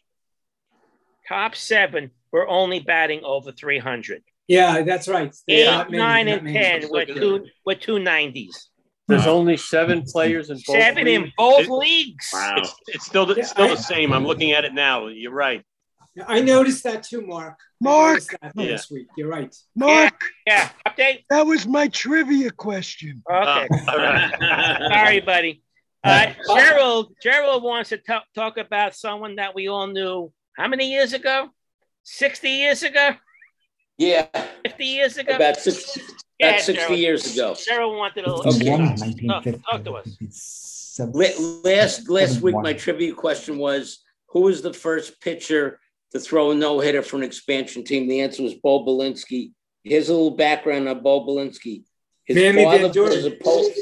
top seven were only batting over 300.
Yeah, that's right.
Eight,
There's not many-
nine,
not
and
many.
ten were two were two nineties.
There's only seven players in both.
Seven in
leagues.
both
It-
leagues.
It's, it's still. The, it's still the same. I'm looking at it now. You're right.
I noticed that too, Mark.
Mark!
Yeah.
This week, you're right.
Mark,
Yeah. Update.
that was my trivia question.
Okay.
all right.
Sorry, buddy. Uh, Gerald. Gerald wants to ta- talk about someone that we all knew. How many years ago? Sixty years ago?
Yeah,
Fifty years ago?
about six, about 60
Gerald.
years ago.
Gerald wanted to
Okay.
One,
talk,
1950.
talk to us.
La- Last last
Seven
week,
one.
my trivia question was: Who was the first pitcher to throw a no hitter for an expansion team? The answer was Bo Belinsky. Here's a little background on Bo Belinsky. His
Mammy Van
father
Doren.
was a Polish.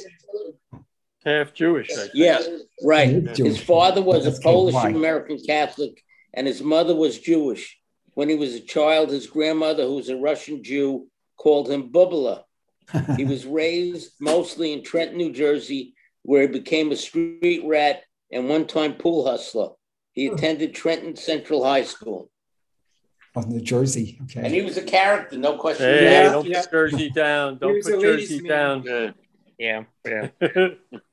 half Jewish. I think.
Yeah, right.
Yeah.
His father was
That's
a
good.
Polish
Why?
American Catholic, and his mother was Jewish. When he was a child, his grandmother, who was a Russian Jew, called him Bubala. He was raised mostly in Trenton, New Jersey, where he became a street rat and one time pool hustler. He attended Trenton Central High School.
On New Jersey, okay.
And he was a character, no question.
Hey,
Yeah,
don't
yeah.
put Jersey down. Don't
was a
put
ladies'
Jersey
man.
down.
Yeah.
Yeah, yeah.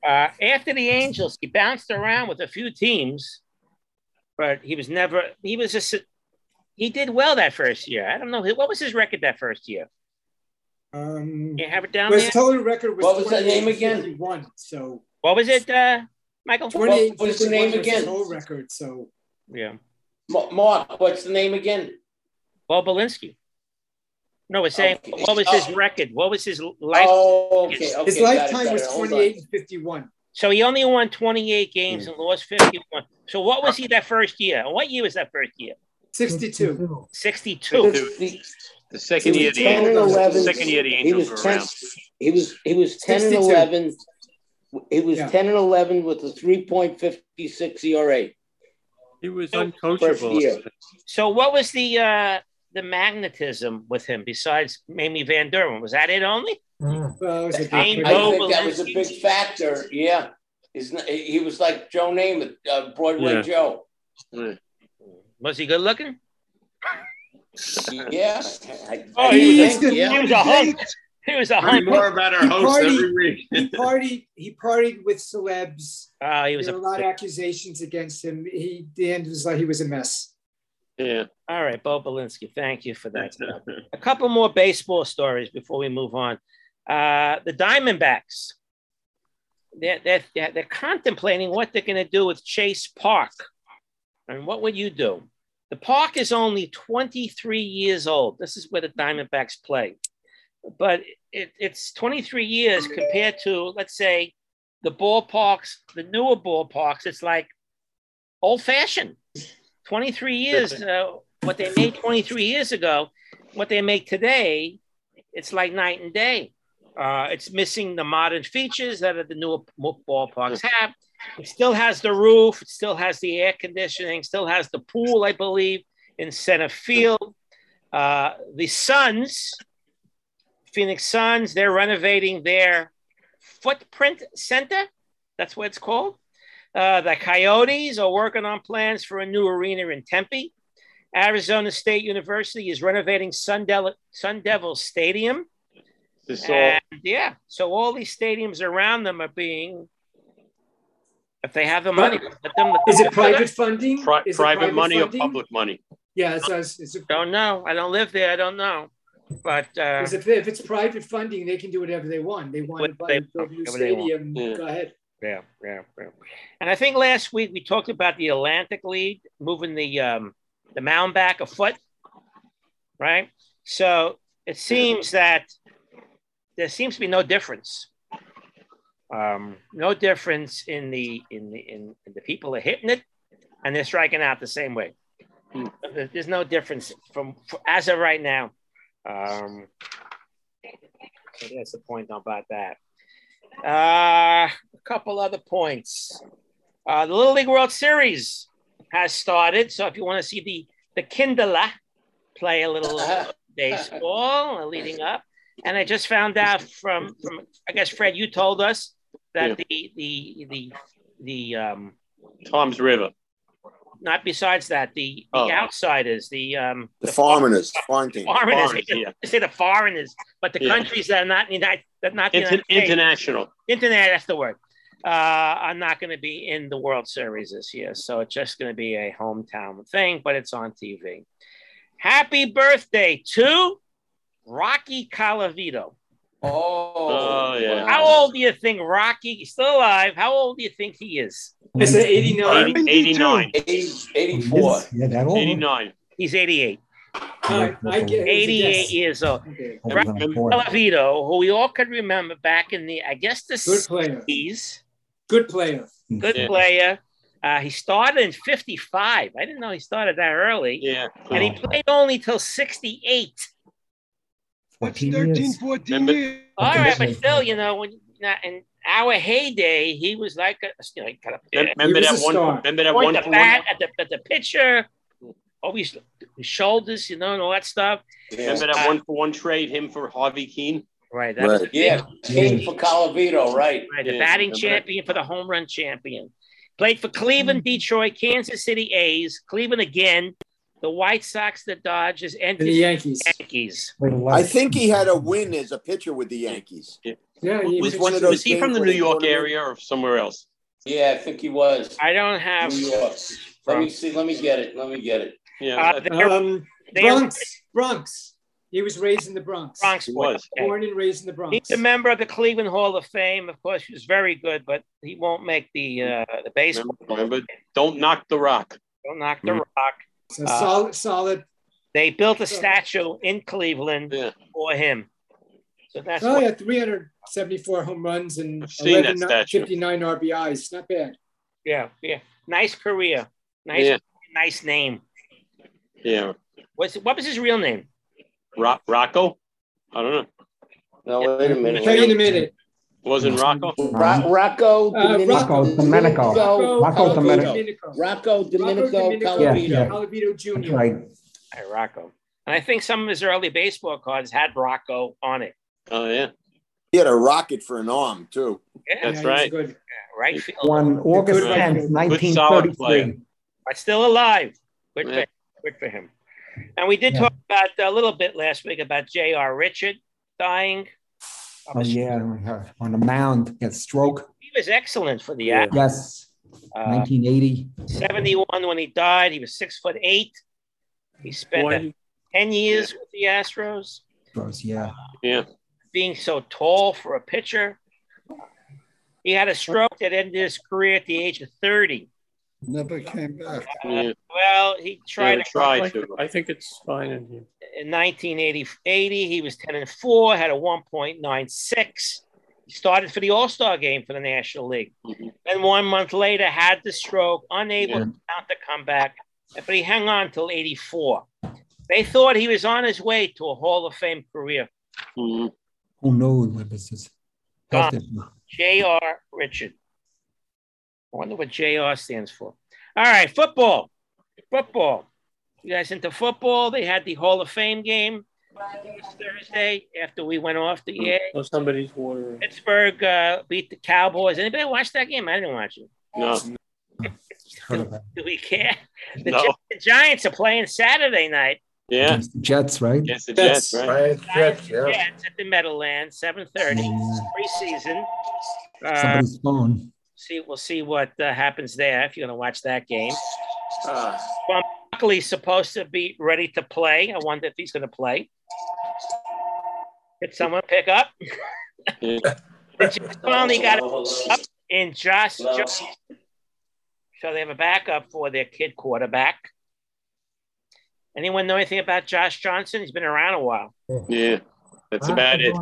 uh, after the Angels, he bounced around with a few teams, but he was never. He was just. He did well that first year. I don't know what was his record that first year.
Um,
You have it down
his
there.
total record was
What was that
28
name again?
51, so
What was it, uh, Michael?
28
What was the name
51 was
again?
His whole record. So
Yeah,
Ma- Mark, what's the name again?
Bob Belinsky. No, it's saying
Okay.
what was his
Oh.
record? What was his life?
Oh, okay. okay
his
got it,
lifetime
got it.
was
Hold on.
28 and 51.
So he only won 28
Hmm.
games and lost 51. So what was he that first year? What year was that first year?
62.
62.
Sixty-
The second
He
year,
was
the
10 and
Angels.
11.
Second year, the
He was
Angels were
10
around.
He was he was 10 and
62.
11. He was
Yeah.
10 and 11 with a 3.56 ERA.
He was
E First
uncoachable.
year.
So what was the uh the magnetism with him besides Mamie Van Derwen? Was that it only?
Well, it was a big
Name
I
record.
Bo
think that was a
Belinsky.
big factor. Yeah, He's not, he he was like Joe Namath, uh, Broadway
Yeah.
Joe.
Yeah.
Mm. Was he good looking?
Yeah, I,
Oh,
I
he
think,
Oh,
was-
yeah.
he was a hunk. He was a
Learn more about our
He
host
partied-
every week.
he partied. He partied with celebs.
Uh, he was
there
a-
were a lot of accusations against him. He the end was like he was a mess.
Yeah.
All right, Bo Belinsky, thank you for that. a couple more baseball stories before we move on. Uh, the Diamondbacks, they're, they're, they're, they're contemplating what they're going to do with Chase Park. And what would you do? The park is only 23 years old. This is where the Diamondbacks play. But it, it's 23 years compared to, let's say, the ballparks, the newer ballparks. It's like old fashioned. 23 years, uh, what they made 23 years ago, what they make today, it's like night and day. Uh, it's missing the modern features that are the newer mo- ballparks have. It still has the roof, it still has the air conditioning, still has the pool, I believe, in center field. Uh, the Suns, Phoenix Suns, they're renovating their footprint center. That's what it's called. Uh, the Coyotes are working on plans for a new arena in Tempe. Arizona State University is renovating Sun, Del- Sun Devil Stadium.
This all,
And yeah, so all these stadiums around them are being, if they have the money, let them. Let
Is
them
it
build
private funding?
pri-
Is it
private money
funding?
or public money?
Yeah, it's, it's, it's,
Don't know. I don't live there. I don't know. But uh,
'cause if, if it's private funding, they can do whatever they want. They want to
What they
buy build a new
whatever they want.
stadium.
Yeah.
Go ahead.
Yeah, yeah, yeah. And I think last week we talked about the Atlantic League moving the um, the mound back a foot, right? So it seems that there seems to be no difference, um, no difference in the in the in, in the people are hitting it, and they're striking out the same way. There- There's no difference from, from as of right now. Um, so that's the point about that. Uh, a couple other points. Uh, the Little League World Series has started, so if you want to see the the Kindler play a little baseball uh, leading up, and I just found out from from I guess Fred, you told us that the the the the um
Tom's River.
not besides that the the
Oh.
outsiders the um
The foreigners, foreign team.
foreigners,
Foreigners,
I
yeah.
say the foreigners, but the
Yeah.
countries that are not in the United, that are not the
Inter-
United States.
international.
internet that's the word uh, i'm not going to be in the world series this year so it's just going to be a hometown thing but it's on tv happy birthday to rocky calavito
Oh, yeah.
how old do you think rocky he's still alive how old do you think he is
I said 89.
89.
84.
Yeah, that old.
89.
he's 88
I get it was a
88
guess.
years old
That was
Rocky
on a board.
calavito who we all could remember back in the i guess the
Good player.
60s
Good player.
good
Yeah.
player. Uh, he started in 55. I didn't know he started that early.
Yeah.
And he played only till 68.
That's
14
13,
years.
14
Remember-
years.
All
Okay.
right, but still, you know, when now, in our heyday, he was like, a, you know, he got up there,
Remember remember
He
that
was a
one?
star.
Remember that one?
point the bat at the, at the pitcher, always his shoulders, you know, and all that stuff. Uh,
Remember that one for one trade? Him for Harvey Keene.
Right. That was
Right.
the big-
Yeah, Kate for Calavito, right.
Right, the
Yeah,
batting
remember that.
champion for the home run champion. Played for Cleveland, Detroit, Kansas City A's, Cleveland again, the White Sox, the Dodgers, and
And the
the
Yankees.
Yankees.
Wait, eleven.
I think he had a win as a pitcher with the Yankees.
Yeah, he
Was
was-
one of those
Was he from
games
the
where
New
they
York
voted him?
area or somewhere else?
Yeah, I think he was.
I don't have.
New York. Let me see. Let me get it. Let me get it.
Yeah,
Uh,
that
they're-
um,
they are-
Bronx. Bronx. He was raised in the Bronx.
Bronx
he
boy.
was.
Okay.
Born and raised in the Bronx.
He's a member of the Cleveland Hall of Fame. Of course, he was very good, but he won't make the uh, the baseball.
Remember, don't knock the rock. Mm-hmm.
Don't knock the rock.
So
Uh,
solid, solid.
They built a statue in Cleveland
Yeah.
for him. So that's
Oh
what-
yeah, 374 home runs and uh,
I've seen that
11,
statue.
59 RBIs. Not bad.
yeah, yeah. Nice career. Nice,
Yeah.
nice name.
Yeah.
What's, what was his real name?
Ro- Rocco? I don't know.
No, wait a
I'll tell you in a
minute.
minute.
Wasn't Rocco?
Ro- Rocco
Uh,
Domenico.
Rocco Domenico.
Rocco
Rocco Domenico.
Rocco Domenico
Domenico. Yeah,
Calavito.
Calavito Jr.
That's right.
Hey, Rocco. And I think some of his early baseball cards had Rocco on it.
Oh, yeah.
He had a rocket for an arm too.
Yeah,
That's
he was
right.
Good.
right field.
One August
right
tenth,
fielder.
nineteen
Good solid player.
thirty-three.
but still alive. Good, for,
Yeah.
good for him. And we did uh,
Yeah.
talk about a little bit last week about J.R. Richard dying.
Oh, yeah, on the mound, had stroke.
He was excellent for the Astros.
Yes,
Uh,
1980.
71 when he died. He was six foot eight. He spent uh, 10 years with the Astros,
Gross, yeah.
Yeah.
being so tall for a pitcher. He had a stroke that ended his career at the age of 30.
Never came back.
Uh, Well, he tried to
I think it's fine in here.
in 1980. 80, he was 10 and 4, had a 1.96. He started for the All Star game for the National League. Then one month later, had the stroke, unable
Yeah.
to mount the comeback, but he hung on till 84. They thought he was on his way to a Hall of Fame career.
Who knows what this is? Health issue.
J.R. Richard. I wonder what J.R. stands for. All right, football. Football. You guys into football? They had the Hall of Fame game this Thursday after we went off the air.
Oh, somebody's watering.
Pittsburgh uh, beat the Cowboys. Anybody watch that game? I didn't watch it.
No.
Do we care? The,
No.
Gi- the Giants are playing Saturday night.
Yeah.
Against the Jets, right?
Yes, the
Jets,
Jets,
right?
right?
Giants Jets at the Meadowlands, 7:30 preseason. Uh,
Somebody's phone.
see, we'll see what uh, happens there if you're going to watch that game. Uh, Von Buckley's supposed to be ready to play. I wonder if he's going to play. Did someone pick up? They just um, finally got a- up in Josh Johnson. So they have a backup for their kid quarterback. Anyone know anything about Josh Johnson? He's been around a while.
Yeah. That's about it.
Been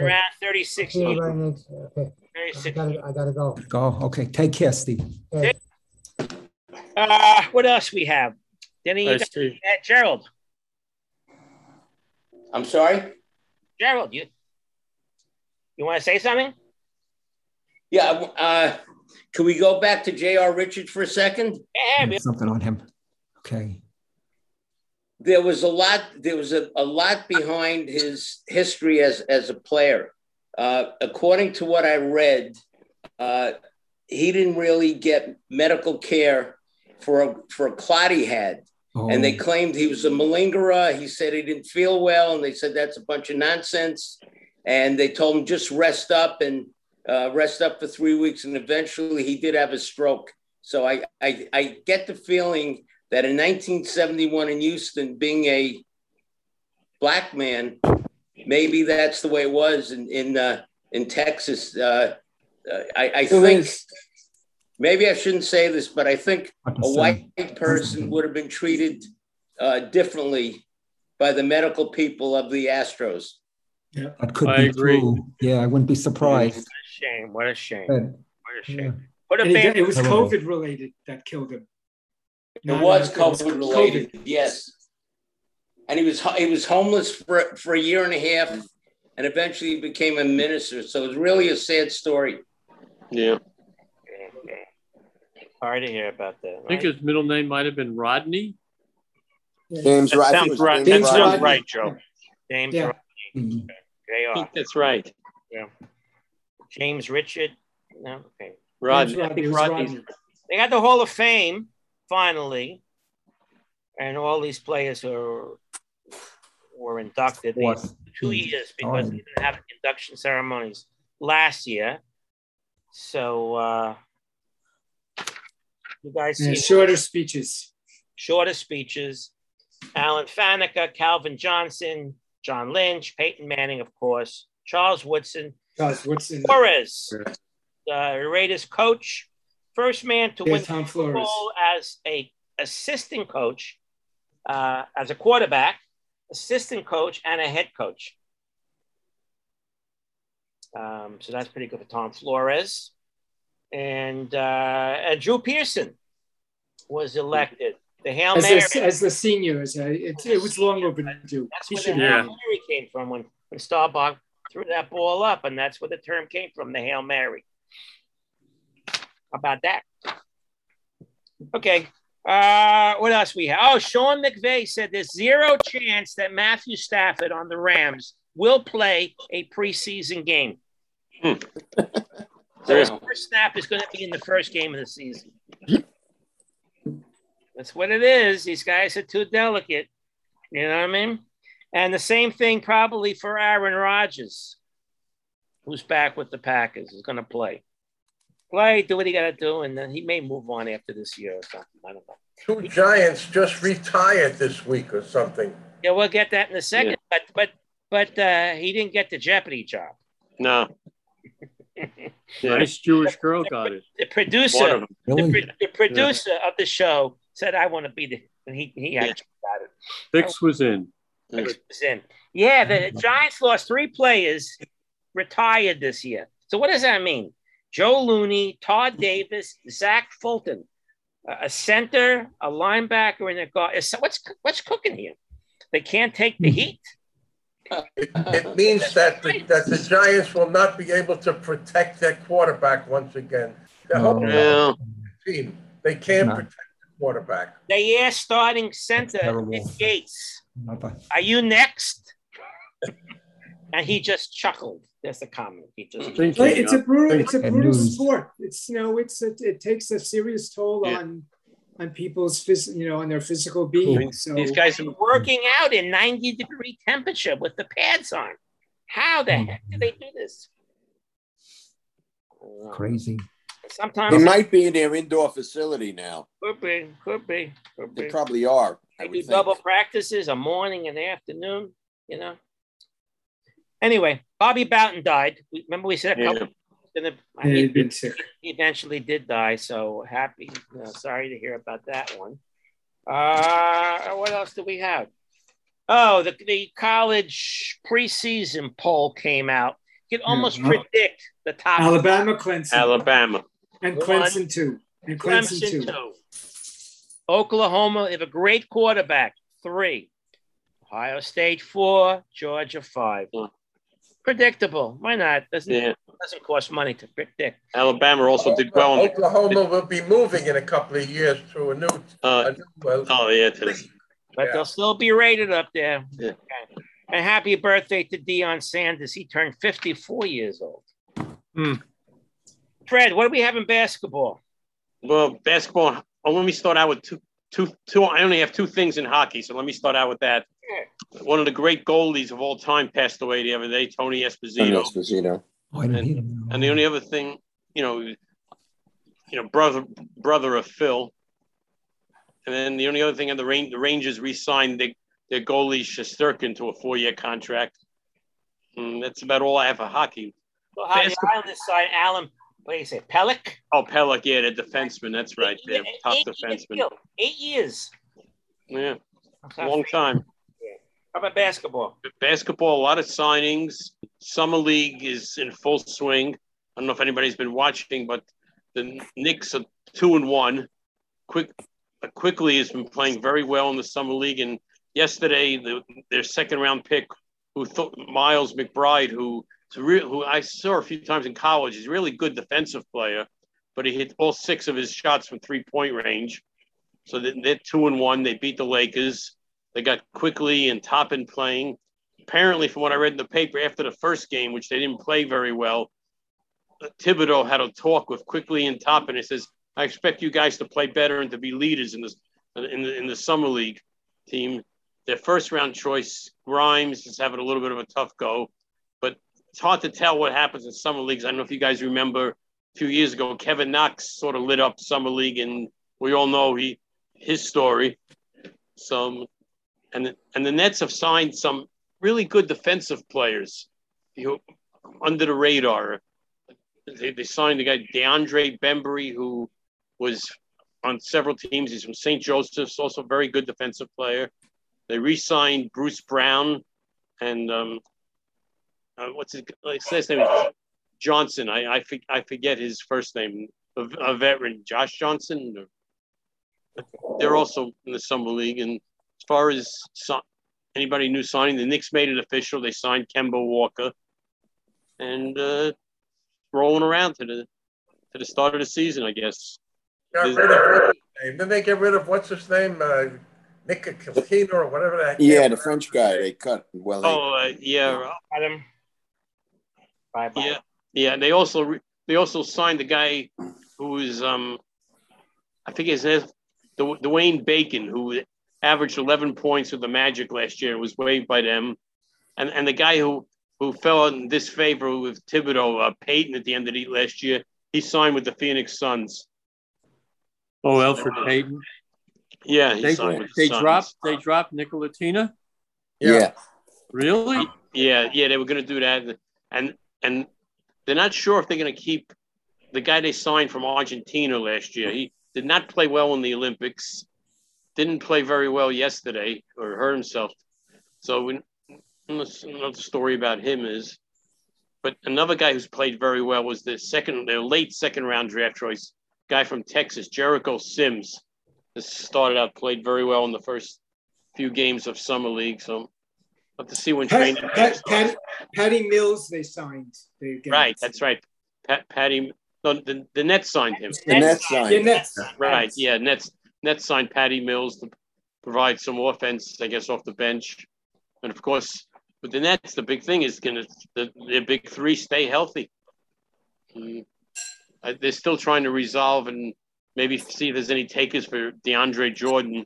around 36 years. Thirty-six years.
I gotta go.
Go. Oh, Okay. Take care, Steve.
Uh, what else we have? Denny,
I
you got,
see.
uh, Gerald.
I'm sorry?
Gerald, you you want to say something?
Yeah. Uh, can we go back to J.R. Richards for a second?
Yeah, something on him. Okay.
There was a lot. There was a, a lot behind his history as as a player. Uh, according to what I read, uh, he didn't really get medical care for a, for a clot he had, and
Oh.
they claimed he was a malingerer. He said he didn't feel well, and they said that's a bunch of nonsense. And they told him just rest up and uh, rest up for three weeks, and eventually he did have a stroke. So I I, I get the feeling that in 1971 in Houston, being a black man, maybe that's the way it was in in uh, in Texas. Uh, uh, I, I think maybe I shouldn't say this, but I think a white person would have been treated uh, differently by the medical people of the Astros.
That could
I
be
agree.
true. Yeah, I wouldn't be surprised.
Shame. What a shame.
Yeah.
What a shame. What a
And it,
band.
it was
Hello.
COVID related that killed him.
It was COVID related, yes. And he was ho- he was homeless for for a year and a half, and eventually became a minister. So it's really a sad story.
Yeah.
Sorry to hear about that.
I think his middle name might have been Rodney.
James That Rodney sounds was right- James that sounds Rodney. right,
Joe.
James
Yeah.
Mm-hmm.
Rodney.
I
JR.
think that's right.
Yeah. James Richard. No, okay.
Rodney. I think Rodney's
They got the Hall of Fame finally, and all these players are were inducted. They- two years because they didn't have induction ceremonies last year. So uh, you guys
Yeah,
see
shorter speeches.
shorter speeches. Alan Faneca, Calvin Johnson, John Lynch, Peyton Manning, of course, Charles Woodson,
Charles Woodson.
Flores, the Raiders coach, first man to
Yeah,
win
Tom
the Super
Flores.
Bowl as a assistant coach, uh, as a quarterback, assistant coach, and a head coach. Um, so that's pretty good for Tom Flores, and uh, and Drew Pearson was elected the Hail
As
Mary.
the, as the seniors, uh, it, it was long overdue.
That's
He
where
should
the Hail Mary came from when, when Starbuck threw that ball up, and that's where the term came from, the Hail Mary. How about that? Okay. Uh, what else we have? Oh, Sean McVay said there's zero chance that Matthew Stafford on the Rams will play a preseason game. So his first snap is going to be in the first game of the season. That's what it is. These guys are too delicate. You know what I mean? And the same thing probably for Aaron Rodgers. who's back with the Packers, is going to play. Play, do what he got to do, and then he may move on after this year or something. I don't know.
Two Giants just retired this week or something.
Yeah, we'll get that in a second. But but but uh, he didn't get the Jeopardy job.
No.
Nice Jewish girl got it.
The producer,
One of them.
the,
Really?
pro- the producer of the show said, "I want to be the," and he he actually got it.
Six was in.
Six was in. Yeah, the Giants lost three players retired this year. So what does that mean? Joe Looney, Todd Davis, Zach Fulton, a a center, a linebacker, and a guard. So what's what's cooking here? They can't take the heat.
It means that the, that the Giants will not be able to protect their quarterback once again. The whole
No.
team, they can't protect the quarterback.
They asked starting center Nick Gates. Are you next? and he just chuckled. That's the comment. He just
But it's a brutal, it's a brutal
news.
sport. It's you know, it's a, it takes a serious toll
Yeah.
on on people's phys, you know, on their physical being. So
These guys are working out in 90 degree temperature with the pads on. How the heck do they do this?
Uh,
Crazy.
Sometimes
They might be in their indoor facility now.
could be, could be, could
They
be.
probably are. I would
Maybe
think.
double practices, a morning and afternoon, you know. Anyway, Bobby Bowden died. We, remember we said a couple gonna, I
Yeah,
mean,
he'd been sick.
He eventually did die, so happy. uh, sorry to hear about that one. Uh, what else do we have? Oh, the, the college preseason poll came out. You could almost
Yeah.
predict the top
Hmm, Alabama, Clemson,
Alabama.
and
One.
Clemson too, and Clemson,
Clemson,
too.
two. Oklahoma, they have a great quarterback, three. Ohio State, four. Georgia, five. Predictable. Why not? Doesn't,
Yeah.
doesn't cost money to predict.
Alabama also did well. in the-
Oklahoma will be moving in a couple of years to a new.
Uh, oh yeah, to the-
But they'll still be rated up there.
Yeah.
Okay. And happy birthday to Deion Sanders. He turned 54 years old.
Hmm.
Fred, what do we have in basketball?
Well, basketball. Oh, let me start out with two, two, two. I only have two things in hockey, so let me start out with that. One of the great goalies of all time passed away the other day, Tony Esposito.
Esposito.
Oh,
And the only other thing, you know, you know, brother, brother of Phil. And then the only other thing, and the, Ran- the Rangers re-signed their, their goalie Shosturkin to a four-year contract. And that's about all I have for hockey.
Well, how the Islanders side, Allen, what do you say, Pellick?
Oh, Pellick, yeah, the defenseman. That's right, the top defenseman.
Eight years.
Yeah, long time.
How about basketball?
Basketball, a lot of signings. Summer league is in full swing. I don't know if anybody's been watching, but the Knicks are two and one. Quick, uh, quickly has been playing very well in the summer league, and yesterday the, their second round pick, who thought Miles McBride, who is a real, who I saw a few times in college, is a really good defensive player, but he hit all six of his shots from three point range. So they- they're two and one. They beat the Lakers. They got quickly and Toppin playing. Apparently, from what I read in the paper after the first game, which they didn't play very well, uh, Thibodeau had a talk with quickly and Toppin. He says, "I expect you guys to play better and to be leaders in this in the in the summer league team." Their first round choice, Grimes, is having a little bit of a tough go, but it's hard to tell what happens in summer leagues. I don't know if you guys remember a few years ago, Kevin Knox sort of lit up summer league, and we all know he his story. Some and and the Nets have signed some really good defensive players you know, under the radar. They, they signed the guy DeAndre Bembry, who was on several teams. He's from St. Joseph's, also a very good defensive player. They re-signed Bruce Brown and um, uh, what's his, his last name? Johnson. I I, for- I forget his first name. A, a veteran, Josh Johnson. or- they're also in the summer league. And as far as si- anybody new signing, the Knicks made it official. They signed Kemba Walker, and uh, rolling around to the to the start of the season, I guess.
Got
Is-
rid of what's his name. Didn't they get rid of what's his name? Uh, Nick Casino or whatever that.
Yeah, the French guy they cut. Well,
Oh uh, yeah,
Adam. Bye bye.
yeah, yeah. They also re- they also signed the guy who is um, I think his name, Du- Dwayne Bacon, who averaged 11 points with the Magic last year, was waived by them, and and the guy who who fell in disfavor with Thibodeau, uh, Peyton at the end of the last year. He signed with the Phoenix Suns.
Oh, Alfred Payton.
Yeah, he
They,
signed with the
they
Suns.
dropped they dropped Nicolatina.
Yeah.
Really?
Yeah, yeah, they were going to do that, and and they're not sure if they're going to keep the guy they signed from Argentina last year. He did not play well in the Olympics. Didn't play very well yesterday, or hurt himself. So we, another story about him is. But another guy who's played very well was the second, their late second round draft choice, guy from Texas, Jericho Sims. This started out played very well in the first few games of summer league. So have to see when
Pat,
training.
Pat, Patty, Patty Mills, they signed. They got-
Right, that's right. Pat, Patty, no, the, the Nets signed him.
The Nets signed. The Nets.
Right, yeah, Nets. Nets signed Patty Mills to provide some offense, I guess, off the bench, and of course, with the Nets, the big thing is going to the, their big three stay healthy. Mm. Uh, They're still trying to resolve and maybe see if there's any takers for DeAndre Jordan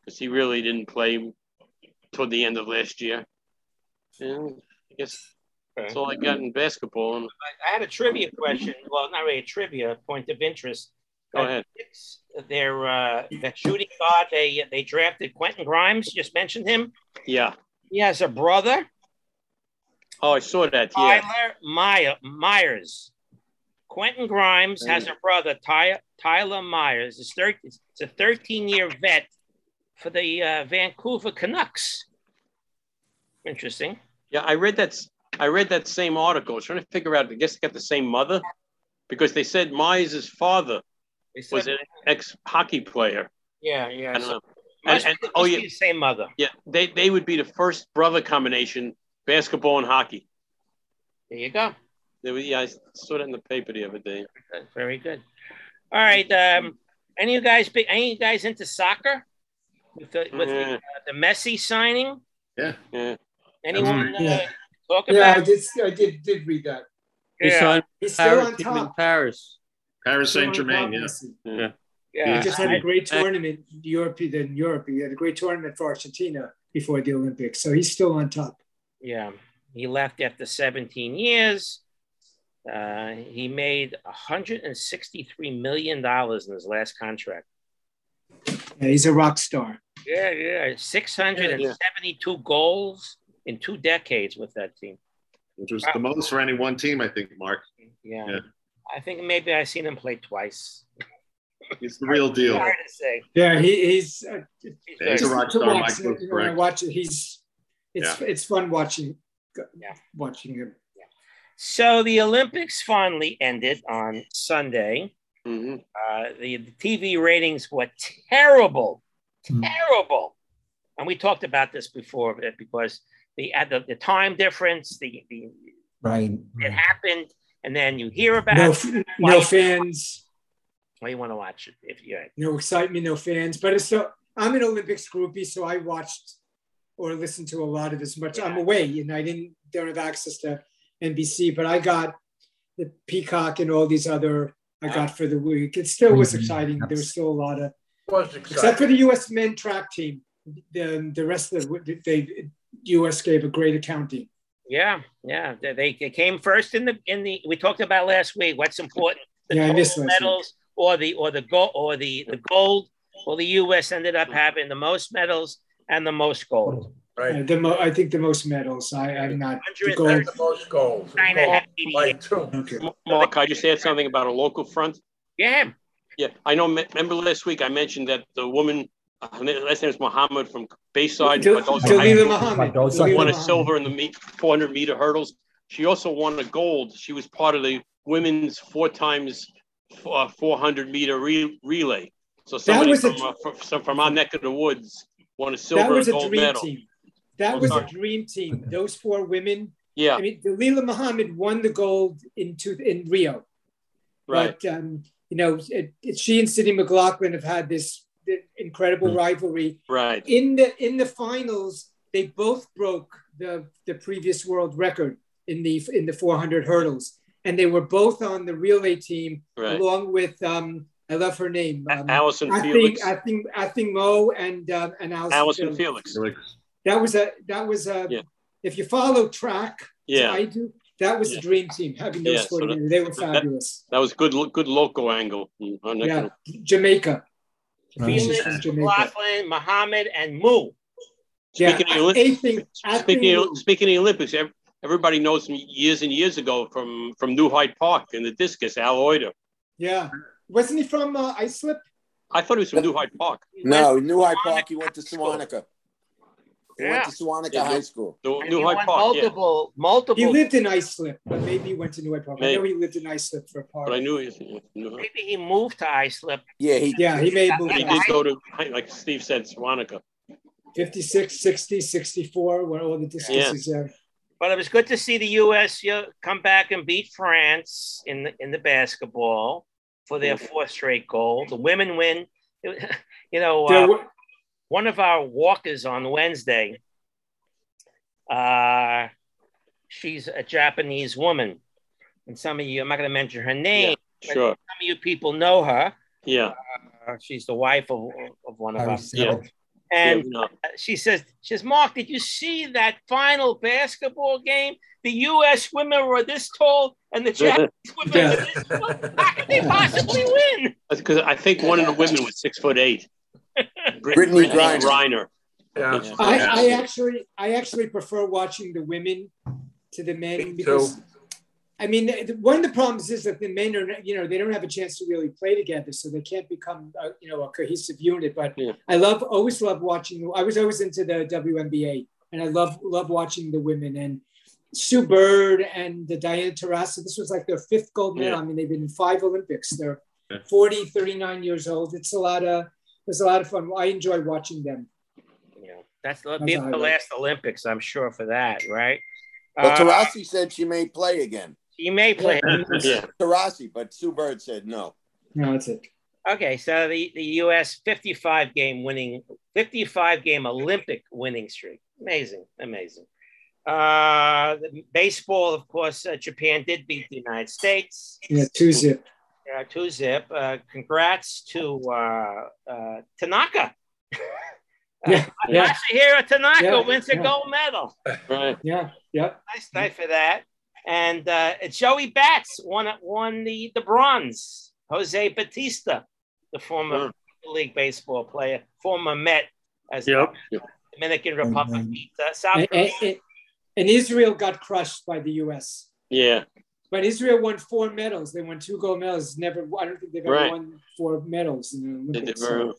because he really didn't play toward the end of last year. And I guess that's all I got in basketball. And
I had a trivia question. Well, not really a trivia, point of interest.
Go ahead.
Their uh, that shooting guard they they drafted Quentin Grimes. You just mentioned him.
Yeah.
He has a brother,
Oh, I saw that. Yeah.
Tyler Maya, Myers. Quentin Grimes has a brother, Ty, Tyler Myers. It's, 13, it's a 13 year vet for the uh, Vancouver Canucks. Interesting.
Yeah, I read that. s- I read that same article. I was trying to figure out. I guess they got the same mother, because they said Myers' father was an ex hockey player.
Yeah, yeah.
I don't know. And-
Must,
and-
must
oh,
be
yeah.
the same mother.
Yeah, they they would be the first brother combination basketball and hockey.
There you go.
They were, yeah, I saw that in the paper the other day.
Very good. All right. Um, any of you guys? Be, any of you guys into soccer? With the with the,
Yeah.
uh, the Messi signing?
Yeah. yeah.
Anyone uh,
Yeah.
talk about?
Yeah, I did. I did did read that.
He signed
He's
with
still
Paris
on
team in
top.
Paris.
Paris Saint Germain, yeah.
yes.
Yeah.
Yeah, he just had a great
I-
tournament. Europe, then Europe. He had a great tournament for Argentina before the Olympics, so he's still on top.
Yeah, he left after 17 years. Uh, he made 163 million dollars in his last contract.
Yeah, he's a rock star.
Yeah, yeah, 672 goals in two decades with that team.
which was the most for any one team, I think, Mark.
Yeah.
Yeah.
I think maybe I've seen him play twice.
It's the real deal.
Hard to say.
Yeah, he, he's. Uh,
Yeah, he's a rock
to
star,
watch,
Mike, that's
you know, when I
correct.
watch it, he's. It's it's fun watching. Watching him.
So the Olympics finally ended on Sunday. Uh, the, the TV ratings were terrible,
Hmm.
terrible. And we talked about this before but because the, at the, the time difference, the, the
Right.
it happened, and then you hear about
Hmm. No,
it.
f- no fans,
Well, you want to watch it if you're
no excitement, no fans. But it's so I'm an Olympics groupie, so I watched or listened to a lot of as much. I'm away, and I didn't don't have access to NBC, but I got the Peacock and all these other I got for the week. It still was exciting. There was still a lot of
Mm-hmm. Was
except for
exciting.
the U.S. men track team. The, the rest of the they U.S. gave a great accounting.
Yeah, yeah. They- They, they came first in the in the we talked about last week. What's important? The
Yeah, I missed
total
last week.
medals or the or the gold or the the gold. Well, the U.S. ended up having the most medals and the most gold.
Uh, the mo- I think the most medals. I, I'm not the gold.
130.
Most goals.
China had 88.
Mark, I just add something about a local front.
Yeah.
Yeah, I know. me- Remember last week I mentioned that the woman, her na- last name is Mohammed from Bayside.
Dal-
Mendoza
Dalila
High School,
Mohammed.
who
Dalila
Won a
Mohammed.
silver in the meet, 400 meter hurdles. She also won a gold. She was part of the women's four times uh, 400 meter re- relay. So somebody
was a
from, uh, from, some- from our neck of the woods won a silver
That was
and
a
gold
dream
medal.
team. That
I'm
was
sorry.
a dream team. Those four women.
Yeah.
I mean, Dalila Muhammad won the gold in two, in Rio.
Right.
But um, you know, it, it- she and Sidney McLaughlin have had this incredible rivalry.
Mm. Right.
In the in the finals, they both broke the the previous world record in the in the 400 hurdles, and they were both on the relay team
Right.
along with um, I love her name. Um,
Allison
I
Felix.
think I think I think Mo and um, and Allison,
Allison Felix.
That was a that was a if you follow track, as
Yeah.
I do, that was
Yeah.
the dream team, having those
Yeah, so
four
that-
together. They were
that-
fabulous.
That was good. lo- Good local angle. I'm not
yeah.
gonna-
Jamaica.
Felix, McLaughlin, Muhammad, and Moo.
Speaking of the Oli-
Anything,
Speaking of, speaking of the Olympics, ev- everybody knows from years and years ago from from New Hyde Park in the discus, Al Oider.
Yeah. Wasn't he from uh, Islip?
I thought he was from New Hyde Park.
No, New Hyde Park. He went to Sewanaka. He went
Yeah.
to Sewanaka
Yeah,
High
New-
School.
New,
And
New
he
Hyde
won
Park, yeah.
multiple, multiple.
He lived in Islip, but maybe he went to New Park. I know
Maybe.
he lived in Islip for a part.
But I knew he was. New Hyde.
Maybe he moved to Islip.
Yeah, he,
Yeah, he may have moved
He
to
did go to, like Steve said, Swanica.
56, 60, 64, where all the discusses are.
But it was good to see the U.S. you know, come back and beat France in the, in the basketball for their
Mm-hmm.
fourth straight goal. The women win. You know,
There
uh,
were-
one of our walkers on Wednesday, uh, she's a Japanese woman. And some of you, I'm not going to mention her name, but
sure.
some of you people know her.
Yeah.
Uh, she's the wife of, of one of
Uh,
Harry
us.
Selig.
And
Yeah, no.
uh, she says, she says, Mark, did you see that final basketball game? The U.S. women were this tall and the Japanese women were this tall. How could they possibly win?
Because I think one of the women was six foot eight. Brit-
Brittany
Griner.
Griner.
I, I actually I actually prefer watching the women to the men because I mean the- one of the problems is that the men are not- you know they don't have a chance to really play together so they can't become a, you know a cohesive unit but I love always love watching I was always into the WNBA and I love love watching the women and Sue Bird and the Diana Taurasi this was like their fifth gold medal
Yeah.
I mean they've been in five Olympics they're
Yeah.
40 39 years old it's a lot of it's a lot of fun I enjoy watching them
Yeah, that's the,
That's
be
a
the
highlight.
last Olympics, I'm sure, for that, right?
But
Uh,
Tarasi said she may play again.
She may play. Yeah.
Tarasi, but Sue Bird said no.
No, that's it.
Okay, so the, the U.S. 55 game winning, 55 game Olympic winning streak. Amazing, amazing. Uh, the baseball, of course, uh, Japan did beat the United States.
yeah two zip
Uh, two zip. Uh, congrats to uh, uh, Tanaka.
Yeah, yeah.
Masahiro Tanaka
Yeah,
wins a
yeah.
gold medal.
Right.
Yeah. Yep.
Nice night for that. And uh, Joey Bats won won the, the bronze. Jose Batista, the former Major League Baseball player, former Met as
Yep.
Dominican Republic beat uh, South
And,
Korea.
and- and Israel got crushed by the U.S.
Yeah.
But Israel won four medals. They won two gold medals. Never, I don't think they've ever
Right.
won four medals in the
They
Olympics.
did very well.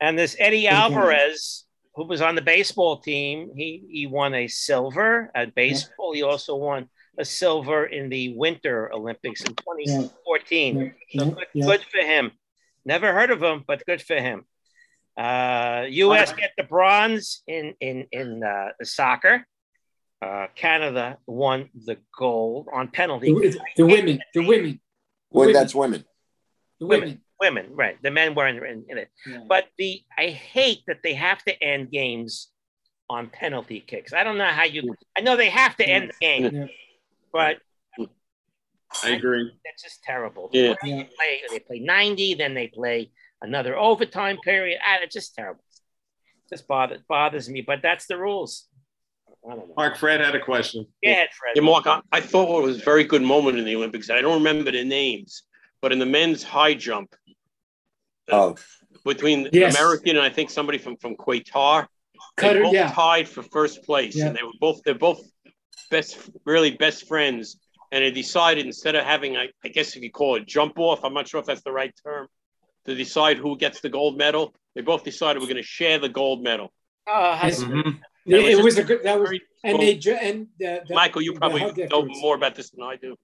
And this Eddie
Good point.
Alvarez, who was on the baseball team, he, he won a silver at baseball. He also won a silver in the Winter Olympics in 2014. So good, good for him. Never heard of him, but good for him. Uh, U.S. get the bronze in in in uh, soccer. Uh, Canada won the gold on penalty.
The, the women, the women,
Well,
Women.
that's women.
the
women, women, right? The men weren't in, in it. But the I hate that they have to end games on penalty kicks. I don't know how you. I know they have to end the game, but
I agree.
that's just terrible.
Yeah.
They, play, they play 90, then they play another overtime period. Ah, it's just terrible. Just bother, bothers me, but that's the rules. I don't know.
Mark Fred had a question.
Go ahead, Fred.
Yeah, Mark, I, I thought what was a very good moment in the Olympics. I don't remember the names, but in the men's high jump
Oh,
between
Yes.
American and I think somebody from from Qatar, they
Qatar,
both
yeah.
tied for first place,
Yeah.
and they were both they're both best really best friends. And they decided instead of having I, I guess if you call it jump off, I'm not sure if that's the right term, to decide who gets the gold medal. They both decided we're going to share the gold medel.
Oh, how
Yes.
sweet.
Yeah,
That was
it was
just
a good. That was and
cool.
they ju- and the, the,
Michael, you
the
probably
hug
know
afterwards.
more about this than I do.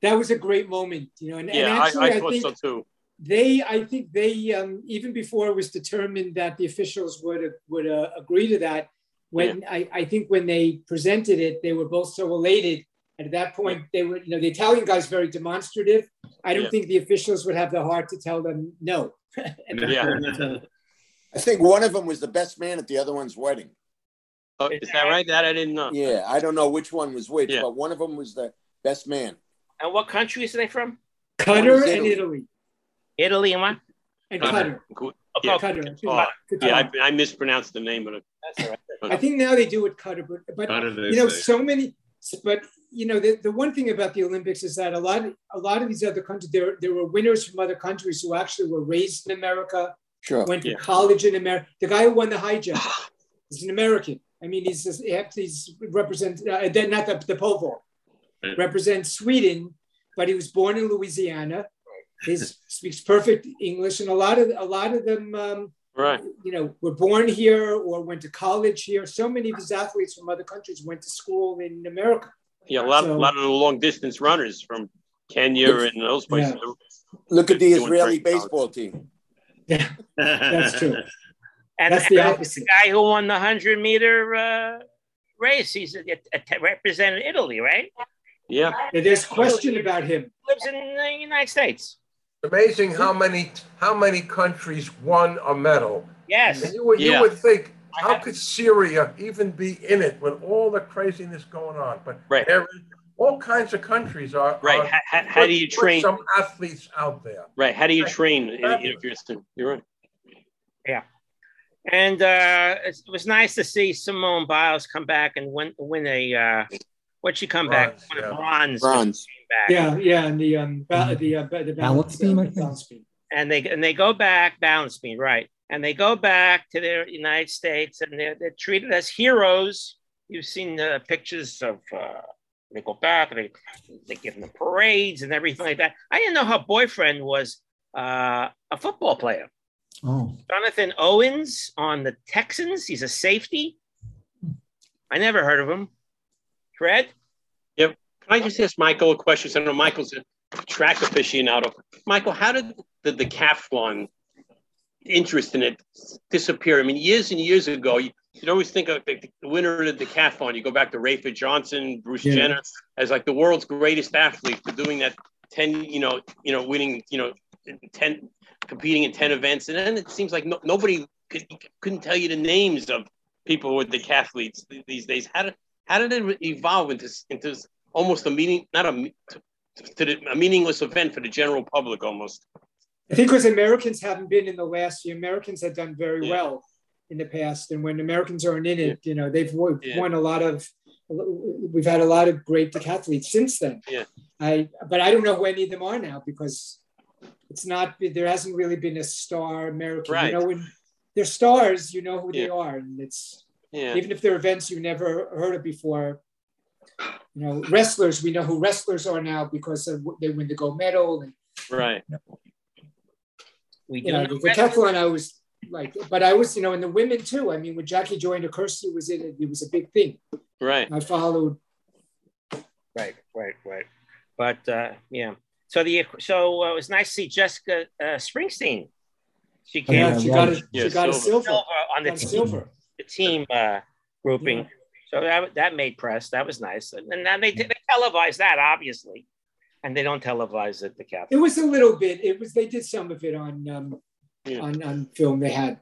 That was a great moment, you know. And, and
yeah,
actually,
I, I
I,
thought
think
so too.
they, I think they, um, even before it was determined that the officials would would uh, agree to that. When I, I think when they presented it, they were both so elated. And at that point, they were, you know, the Italian guy's very demonstrative. I don't
Yeah.
think the officials would have the heart to tell them no.
Yeah. I think one of them was the best man at the other one's wedding.
Oh, is that right? That I didn't know.
Yeah, I don't know which one was which,
Yeah.
but one of them was the best man.
And what country is they from?
Qatar
What is
and
Italy?
Italy
Italy and what?
and
Uh,
Qatar.
Gu-
Oh,
Yeah,
Qatar.
Oh,
Qatar.
yeah I, I mispronounced the name of it.
That's all right.
I think now they do it cutter, but, but
Cutter they
you know,
say.
so many. But you know, the, the one thing about the Olympics is that a lot a lot of these other countries there there were winners from other countries who actually were raised in America,
Sure.
went to
Yeah.
college in America. The guy who won the high jump is an American. I mean, he's just, he's represent uh, that- not the, the pole vault
Right.
represents Sweden, but he was born in Louisiana. He speaks perfect English, and a lot of a lot of them. Um,
Right.
you know, were born here or went to college here. So many of these athletes from other countries went to school in America.
Yeah, a lot,
So-
a lot of the long distance runners from Kenya and those places.
Look at the
Doing
Israeli
great.
baseball team.
That's
true.
And
That's the
and
opposite.
guy who won the hundred meter uh, race, he's a, a, a- represented Italy, right?
Yeah.
There's question about him.
Lives in the United States.
Amazing how many how many countries won a medal.
Yes.
You would,
Yeah.
you would think how could Syria even be in it with all the craziness going on? But
Right.
there is, all kinds of countries are
Right.
are-
How- how- how do
put-
you
put
train-
some athletes out there?
Right. How do you train?
Exactly.
You know, Kirsten? You're right.
And uh, it's- it was nice to see Simone Biles come back and win win a uh, what she come
Bronze,
back win
yeah.
a bronze.
Bronze.
Back.
Yeah, yeah, and the um, ba- the, uh, ba- the
Mm-hmm. Balance beam, I
uh,
think.
balance beam.
and they and they go back balance beam right and they go back to their united states and they're, they're treated as heroes you've seen the pictures of uh, they go back they, they give them parades and everything like that i didn't know her boyfriend was uh, a football player
Oh,
jonathan owens on the texans he's a safety i never heard of him fred
Can I just ask Michael a question? So I know Michael's a track aficionado. Michael, how did the decathlon interest in it disappear? I mean, years and years ago, you- you'd always think of the the winner of the decathlon. You go back to Rafa Johnson, Bruce
Yeah.
Jenner, as like the world's greatest athlete for doing that ten, you know, you know, winning, you know, ten, competing in ten events, and then it seems like no, nobody could, couldn't tell you the names of people who are decathletes th- these days. How did how did it evolve into s- into almost a meaning not a me- to, to the, a meaningless event for the general public almost
I think because Americans haven't been in the last year, Americans have done very
Yeah.
well in the past, and when Americans aren't in it, you know, they've won,
Yeah.
won a lot of. We've had a lot of great decathletes since then.
Yeah.
I but I don't know who any of them are now because it's not there hasn't really been a star American.
Right.
You know, when they're stars, you know who they
Yeah.
are, and it's
yeah
even if they're events you never heard of before. You know, wrestlers we know who wrestlers are now because of, they win the gold medal and
right
we do
you know,
know
the
wrestling.
decathlon I was like, but I was, you know, and the women too. I mean, when Jackie Joyner Kersey was in it, it was a big thing.
right
I followed.
Right, right, right. But uh, yeah, so the so uh, it was nice to see Jessica uh, Springsteen. She came
Oh,
Yeah,
Yeah, she
right.
got a,
Yeah,
she got a
silver.
silver.
silver on the
Got
team,
silver.
the team uh, grouping.
Yeah.
So that that made press. That was nice. And, and now they they televise that obviously, and they don't televise it the
It
Catholic.
was a little bit. It was. They did some of it on um,
Yeah.
on on film. They had.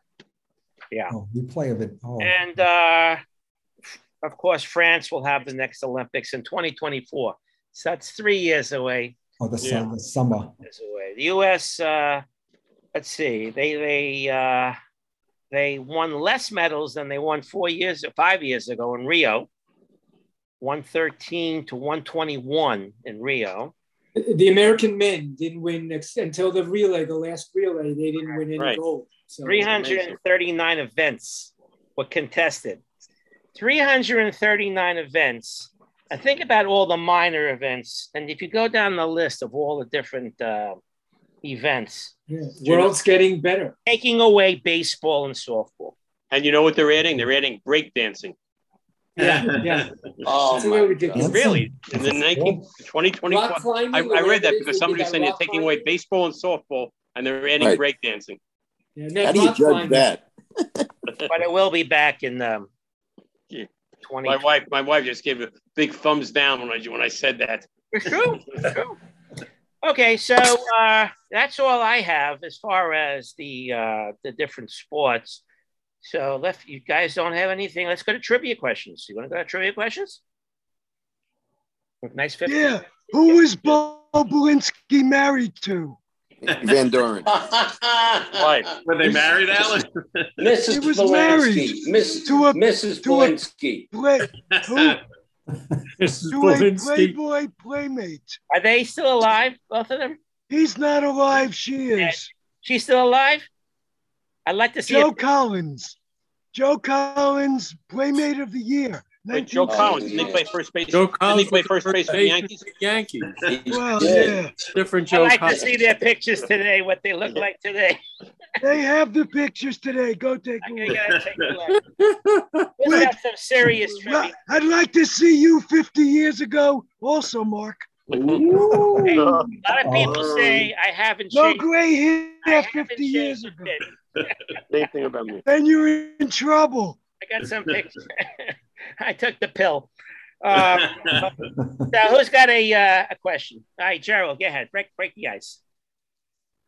Yeah,
Oh, you play of it. Oh,
and uh, of course France will have the next Olympics in 2024. So that's three years away.
oh the,
Yeah.
sun, the summer.
is away. The U.S. Uh, let's see, they they uh, they won less medals than they won four years five years ago in Rio, one thirteen to one twenty one in Rio.
The American men didn't win ex- until the relay, the last relay. They didn't win any
Right.
gold. So
Three hundred and thirty nine events were contested. Three hundred and thirty nine events. I think about all the minor events, and if you go down the list of all the different uh, events,
yeah. world's getting better.
taking away baseball and softball.
and you know what they're adding they're adding break dancing
Yeah, yeah.
Oh,
It's a
my
little ridiculous.
Dancing?
really in the
That's
19 2021
Rock climbing.
I, I
or
read
whatever it
that
is,
because
they
somebody
did
was
that
saying they're
rock
taking
climbing.
away baseball and softball and they're adding breakdancing.
Right.
break dancing
Yeah, and
How
that
do you
rock
judge
climbing-
that?
but it will be back in um,
Yeah.
20.
my wife my wife just gave a big thumbs down when I when I said that
It's true. It's true. Okay, so uh, that's all I have as far as the uh, the different sports. So if you guys don't have anything, let's go to trivia questions. You want to go to trivia questions? Nice 50.
Yeah. Who was Bo Bolinski married to?
Van Doren.
Right. Were they married, Alan?
Mrs.
He was married
Polanski. Miss, Mrs. Polanski.
Play, who, to a
Polanski.
Playboy playmate.
Are they still alive, both of them?
He's not alive. She is.
She's still alive. I'd like to see.
Joe
it.
Collins. Joe Collins, playmate of the year.
Wait, Joe
1960.
Collins. Didn't he play first base?
Joe
Didn't he
Collins
play
was the
first base for the Yankees?
Yankees.
Well, yeah.
Different
I'd
Joe
like to
Collins.
see their pictures today. What they look like today.
They have the pictures today. Go take a
You
look.
gotta take a look. Let's have some serious trivia.
I'd like to see you 50 years ago, also, Mark.
Hey, a lot of people say I haven't
No
changed.
gray hair
haven't
50 years
changed
ago.
it.
Same thing about me.
Then you're in trouble.
I got some pictures. I took the pill. Um, now, who's got a uh, a question? All right, Gerald, go ahead. Break break the ice.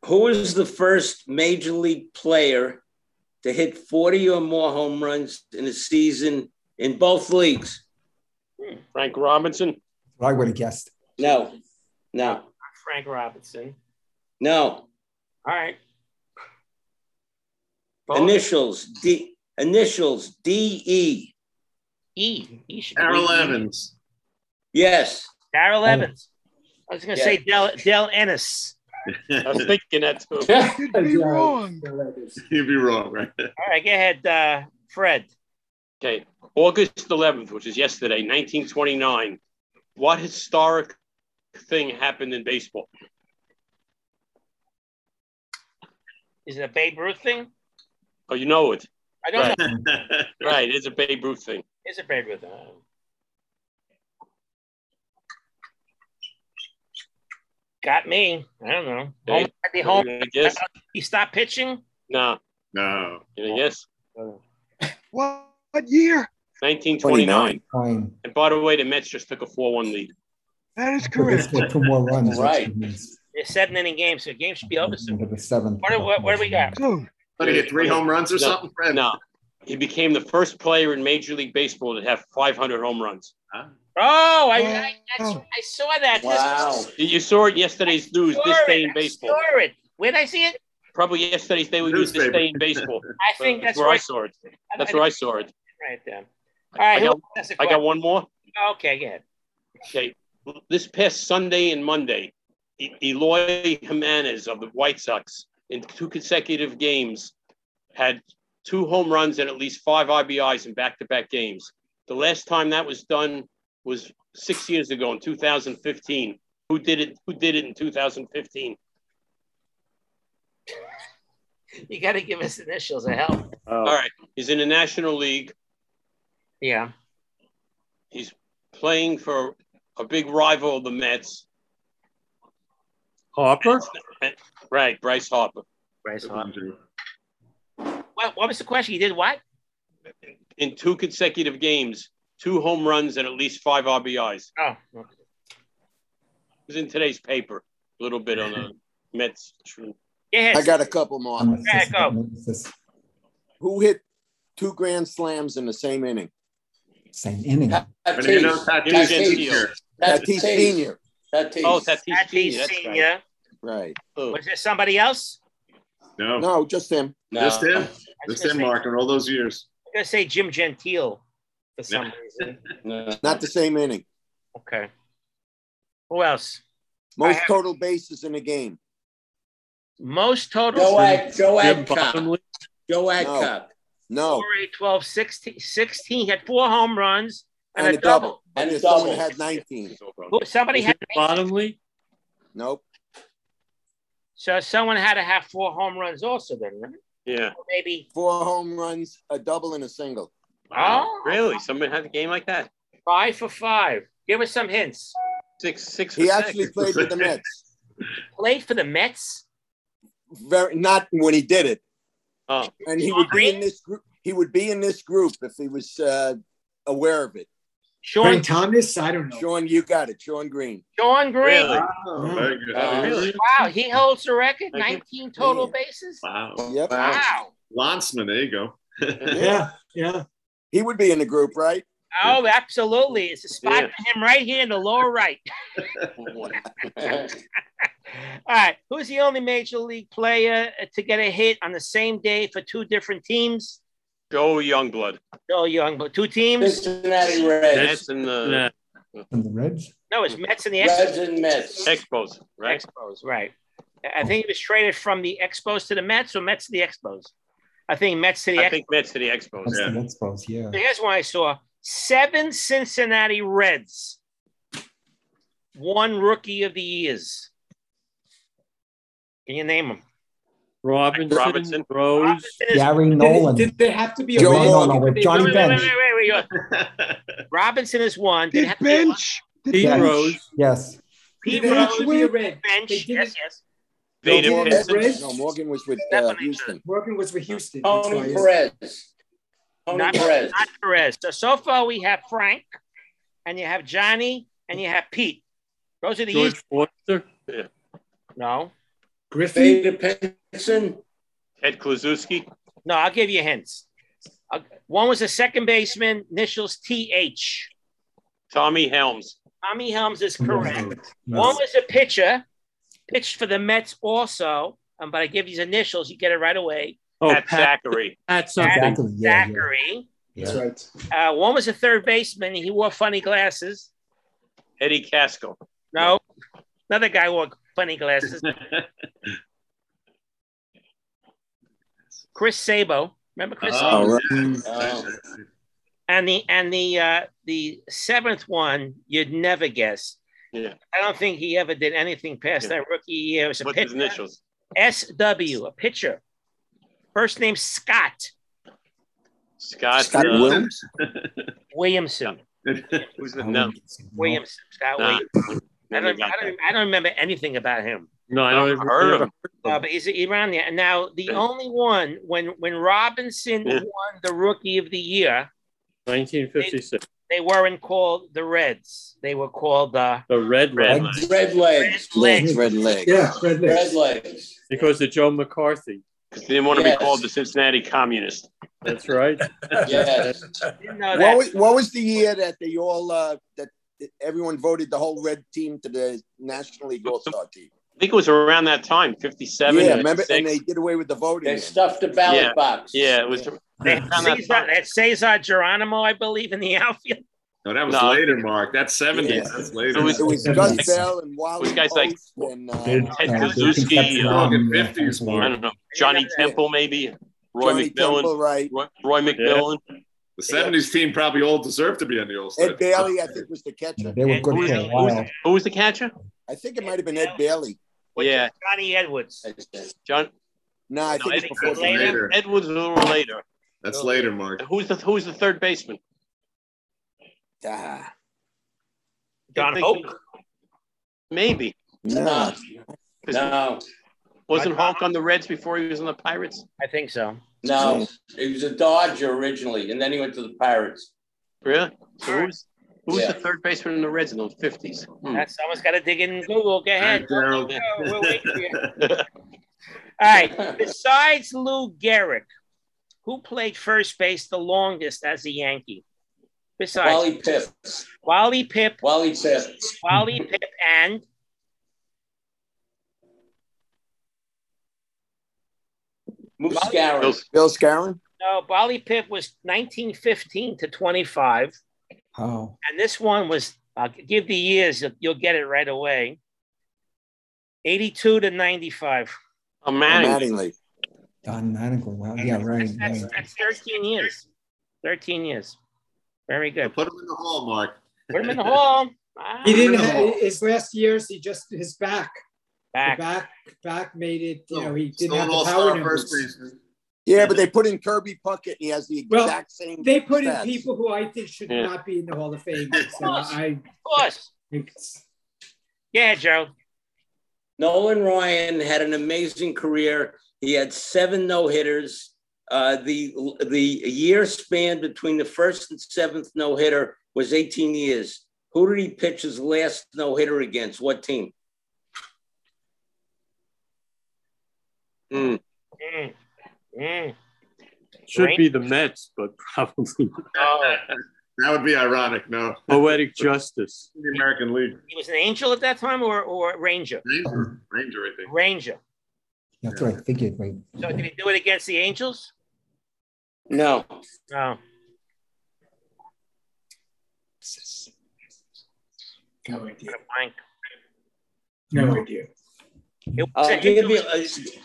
Who was the first major league player to hit 40 or more home runs in a season in both leagues?
Hmm.
Frank Robinson.
I would have guessed.
No, no,
Frank Robinson.
no.
All right.
Initials D. Initials D E.
E. e should be-
Carol Evans.
Yes.
Darrell Evans. I was going to
Yeah.
say Del Del Ennis.
I was thinking that too.
You'd be wrong.
You'd be wrong, right?
All right, go ahead, uh, Fred.
Okay, August 11th, which is yesterday, 1929. What historic thing happened in baseball?
Is it a Babe Ruth thing?
Oh, you know it.
I don't
Right.
know.
Right, it's a Babe Ruth thing.
Is it Babe Ruth? Uh, Got me. I don't know.
Okay.
Home, I'd be home.
You gonna guess?
He stopped pitching.
No.
No.
You gonna guess?
What, what year?
1929.
Fine.
And by the way, the Mets just took a 4-1 lead.
That is
They
correct.
scored two more runs.
Right.
It's seven inning game, so the game should be over soon.
Into the seventh.
What, do- what, what do we got?
Dude,
What, he get three home runs or
No,
something, Fred?
No. He became the first player in Major League Baseball to have 500 home runs.
Huh?
Oh, I, I, that's, I saw that. This-
Wow.
You- You saw it yesterday's news, this
Saw
day
it.
in baseball.
I saw it. Where did I see it?
Probably yesterday's day we news, this
Newspaper.
day in baseball.
I think that's
where
right.
I saw it. That's where I saw it.
Right then. All right.
I
who
got-
else has a
I got one more.
question? okay, go ahead.
Okay. This past Sunday and Monday, E- Eloy Jimenez of the White Sox in two consecutive games had two home runs and at least five RBIs in back to back games. The last time that was done was six years ago in 2015. Who did it? Who did it in 2015?
You got to give us initials. I help.
All right. He's in the National League.
Yeah.
He's playing for a big rival of the Mets.
Harper?
Right, Bryce Harper.
Bryce Harper. What, what was the question? You did what?
in two consecutive games, two home runs and at least five RBIs.
Oh, okay.
It was in today's paper, a little bit on the Mets. true.
Go ahead.
I got a couple more.
On the
Yeah,
fifth
go.
inning, it's this
Who hit two grand slams in the same inning?
Same inning.
And you know,
Tatis.
Tatis
Tatis.
Jr.
Tatis Senior.
Tatis.
Oh, Tatis
Tatis
Senior. That's
Senior.
right.
Right.
Oh,
Was there somebody else?
No.
No, just him.
No.
Just him.
I was
Just
gonna
him,
say-
Mark, in all those years.
I'm gonna say Jim Gentile for some reason.
No.
Not the same inning.
Okay. Who else?
Most
have-
total bases in a game.
Most
Joe,
totals.
Ag- Joe
Jim
Adcock.
Bottomley?
Joe Adcock.
No,
8, 12, 16, 16. He had four home runs and, a double.
And
And
this
a
someone
double.
had 19.
Who- Somebody
Jim
had
Bottomley?
Nope.
so someone had to have four home runs also then, right?
yeah.
Or maybe.
Four home runs, a double, and a single.
Oh.
Really? Someone had a game like that?
Five for five. Give us some hints.
Six, six.
He
for
actually
six.
played with the Mets.
Played for the Mets.
Very not when he did it,
Oh,
and he would be in this group. He would be in this group if he was uh, aware of it.
Sean
Frank Thomas? I don't know.
Sean, you got it. Sean Green.
Sean Green.
really?
Oh, very good.
Uh, really?
Wow, he holds the record.
Thank you.
19 total bases.
Wow.
Yep.
Wow.
Lonsman, there you go.
Yeah, yeah.
He would be in the group, right?
Oh, absolutely. It's a spot
Yeah.
for him right here in the lower right. All right. Who's the only major league player to get a hit on the same day for two different teams?
Joe Youngblood.
Joe Young, but two teams.
Cincinnati Reds.
Mets and the
And the Reds?
No, it's Mets and the
Reds
Expos.
and Mets.
Expos, right?
Expos, right. I I think he was traded from the Expos to the Mets or Mets to the Expos. I think Mets to the
I
Expos.
think Mets to the
Oh,
Expos.
That's
Yeah.
the Expos, yeah.
Here's one I saw seven Cincinnati Reds, one rookie of the years. Can you name them?
Robinson,
Robinson.
Rose.
Gary Nolan.
Did
they have to be
a Joe Red? Nolan with Johnny
wait, wait,
Bench.
wait, wait, wait, wait. Robinson is one. Did it have to be one?
Bench.
Pete
Yes.
Rose.
Yes.
Pete
They have
Rose,
to be a red.
bench.
They did
Yes,
it.
yes.
Data
No, Morgan,
Pinson.
Reds?
no, Morgan was with uh, Houston.
Morgan was with Houston.
Oh.
that's why,
Tony
yes.
Perez. Tony
Not,
Perez.
not Perez. So, so far we have Frank, and you have Johnny, and you have Pete. Those are the
George
East.
Forster.
No,
Griffey.
Beta Pinson.
Ted Kluszewski.
no. I'll give you hints. Uh, One was a second baseman, initials TH.
Tommy Helms.
Tommy Helms is
Yeah.
correct.
Yes.
One was a pitcher, pitched for the Mets also. Um, but I give these initials, you get it right away.
Oh,
Pat
Pat, Pat,
Zachary.
something.
Exactly. Yeah, yeah.
Zachary.
yeah.
That's right.
Uh, one was a third baseman. He wore funny glasses.
Eddie Casco.
No, another guy wore funny glasses. Chris Sabo. Remember Chris? Sabo?
Oh,
Oh.
And the and the uh, the seventh one you'd never guess.
Yeah.
I don't think he ever did anything past
Yeah.
that rookie year. It was a
What's his
pitcher.
initials?
SW, a pitcher. First name Scott
Scott.
Scott
uh,
Wilms.
Williamson.
Who's
Oh,
the no?
Williamson. Scott
Nah,
Williamson. I
I
don't,
never
I,
got that.
don't, I don't remember anything about him.
No, I don't
I've
even
heard of him.
Uh, but he's around there. And now the only one when when Robinson
Yeah.
won the Rookie of the Year,
1956.
they weren't called the Reds. They were called the
The Red Red
Red.
Red legs.
Legs, red leg.
Yeah, red legs.
Red legs.
because of Joe McCarthy.
Because they didn't want to
Yes.
be called the Cincinnati Communist.
That's right.
Yes.
didn't know
What
that.
was, what was the year that they all uh, that everyone voted the whole red team to the National League All Star team?
I think it was around that time, 57.
yeah,
56.
remember? And they did away with the voting.
They stuffed a ballot
Yeah.
box.
yeah, it was.
They
around
had
that
Cesar,
time.
they had Cesar Geronimo, I believe, in the outfield.
No, that was
No.
later, Mark. That's 70s.
Yeah.
That's later.
It
It was
Yeah.
Gus Bell and
Those
Wally
guys like-
Post and uh,
They-
Ted
no, they
Kaczynski,
conceptualized,
uh, Talking
yeah,
50s,
yeah.
um, I
Mark.
don't know. Johnny Temple, maybe. Roy
Johnny
McMillan.
Temple, right?
Roy, Roy McMillan.
The 70s team probably all deserved to be on the All Star.
Ed Bailey, I think, was the
Yeah,
catcher.
They were
And
good
who
for
is-
a
who
while.
Who was the catcher?
I think it might have been Ed Bailey.
Which
Yeah.
is Johnny Edwards.
John
No, I
No,
think
Eddie
it's before.
That's
Later.
later.
Edwards was a little later.
That's later, Mark.
And Who's the Who's the third baseman?
Ah,
Don
I think-
Hoke.
Maybe
no.
No. No.
wasn't Hulk on the Reds before he was on the Pirates?
I think so.
No. He was a Dodger originally, and then he went to the Pirates.
Really? So who's Who's
Yeah.
the third baseman in the Reds in those fifties? Hmm.
Hmm.
That's someone's got to dig in Google. Go
All right,
ahead.
Gerald.
We'll- we'll wait for you. All right. Besides Lou Gehrig, who played first base the longest as a Yankee? Besides
Wally Pip.
Wally Pip,
Wally Pip.
Wally Pip, and
Muscara.
Bill Scarron?
no, Wally Pip was 1915 to 25,
Oh,
and this one was. I'll give the years. You'll, you'll get it right away. 82 to 95.
Oh, Manning.
Mattingly.
Don Mattingly. Wow. Yeah, right.
That's, that's,
right.
that's 13 years. 13 years. Very good.
Put him in the hall, Mark.
Put him in the hall. Ah,
He didn't
Criminal.
have his last years. He just his back,
back.
The back, back made it. You know, he
Still
didn't have
an
the
all-star
power numbers.
first baseman.
Yeah, but they put in Kirby Puckett, and he has the
Well,
exact same.
They put in
stats.
people who I think should
Yeah.
not be in the Hall of Fame. So I
Of course.
think
Yeah, Joe.
Nolan Ryan had an amazing career. He had seven no hitters. Uh, the the year span between the first and seventh no hitter was 18 years. Who did he pitch his last no hitter against? What team? Hmm.
Mm.
Mm. Mm.
Should be the Mets, but probably.
Oh,
That would be ironic, no?
Poetic justice.
The American League.
He was an angel at that time or, or ranger?
Ranger. Ranger, I think.
Ranger.
That's what I figured, right?
So did he do it against the Angels?
No.
No.
No idea.
Blank.
No idea.
It
Mm-hmm.
was
I'll
an
give you.
Angels-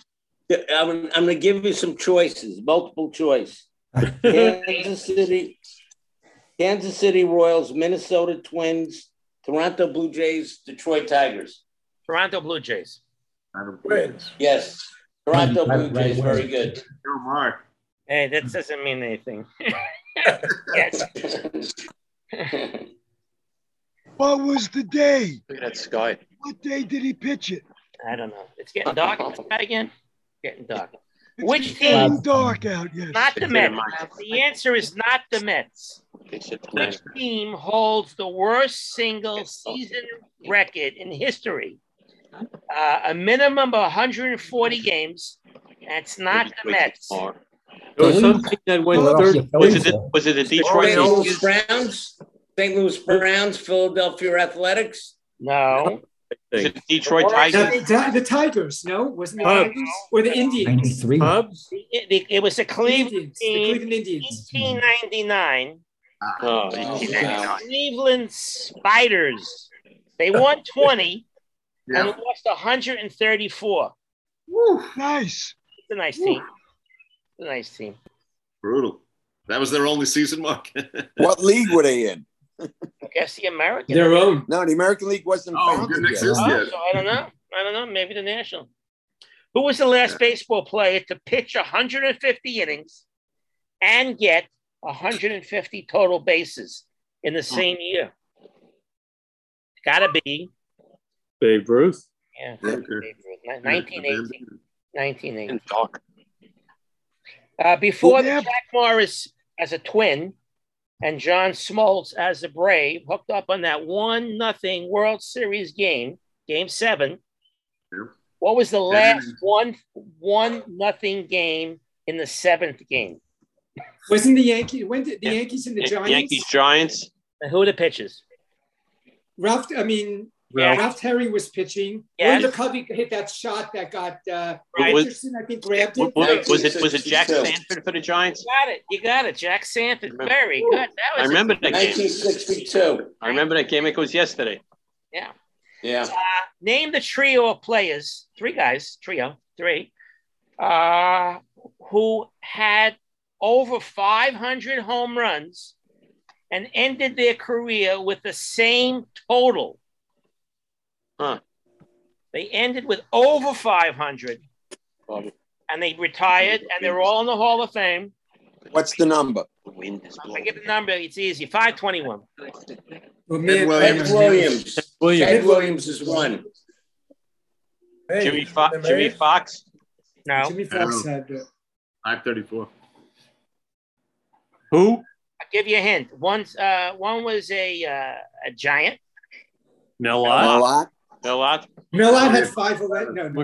Uh, I'm, I'm going to give you some choices, multiple choice. Kansas City, Kansas City Royals, Minnesota Twins, Toronto Blue Jays, Detroit Tigers.
Toronto Blue Jays.
Twins.
Yes, Toronto
Right,
Blue
right,
Jays.
right.
Very good.
Joe Mark.
Hey, that doesn't mean anything. yes.
What was the day?
Look at that sky.
What day did he pitch it?
I don't know. It's getting dark outside again. Getting dark. Which
Getting
team?
dark out, yes.
Not the Mets. The answer is not the Mets. Which team holds the worst single season record in history? Uh, a minimum of 140 games. That's not the Mets.
There was something that went thirty.
Was it the, was it the Detroit
St. Louis
Yankees?
Browns, St. Louis Browns, Philadelphia Athletics.
No.
Was it the Detroit
The,
Tigers?
Ti- the Tigers, no? Wasn't it the
Uh,
Tigers? Or the Indians?
Ninety-three.
Cubs?
It, it- it was the Cleveland
Indians, the
team,
Cleveland Indians.
1899.
Oh,
wow.
Cleveland Spiders. They won 20
Yeah.
and lost 134.
Nice.
It's a nice team. It's a nice team.
Brutal. That was their only season, Mark.
What league were they in?
I guess the American.
Their own.
No, the American League wasn't
Oh,
founded
didn't
yet.
exist.
Oh,
Yeah.
so I don't know. I don't know. Maybe the National. Who was the last baseball player to pitch 150 innings and get 150 total bases in the same year? Gotta be.
Babe Ruth.
Yeah.
Okay.
1918. 1918.
And Doc.
Uh, before
Well, yeah.
Jack Morris as a twin and John Smoltz as a Brave hooked up on that one nothing World Series game, Game Seven.
Yeah.
What was the last
inning.
one one nothing game in the seventh game?
Wasn't the Yankees? When did the
Yeah.
Yankees and the Giants?
Yankees, Giants.
And who are the pitches?
Ralph, I mean,
Yeah.
Ralph Terry was pitching.
Yeah.
When the Covey hit that shot that got uh,
Right. Was-
Richardson, I think, grabbed
Was
it.
was it was it Jack
1962.
Stanford for the Giants?
You got it. You got it. Jack Sanford.
Remember.
Very good. That was
I remember that game.
1962.
I remember that game. It was yesterday.
Yeah.
Uh, name the trio of players, three guys, trio, three, uh, who had over 500 home runs and ended their career with the same total.
Huh.
They ended with over 500 and they retired and they're all in the Hall of Fame.
What's the number?
The wind is
I
blowing.
give the number, it's easy 521.
Well,
Ted
and-
Ted
Williams.
Williams.
Williams.
Ted Williams is one.
Hey,
Jimmy, Fo- Jimmy Fox.
No,
Jimmy Fox had uh, it.
534.
Who?
I'll give you a hint. One's, uh, one was a, uh, a giant.
Melot?
A lot.
Melot had 5'11. No, no,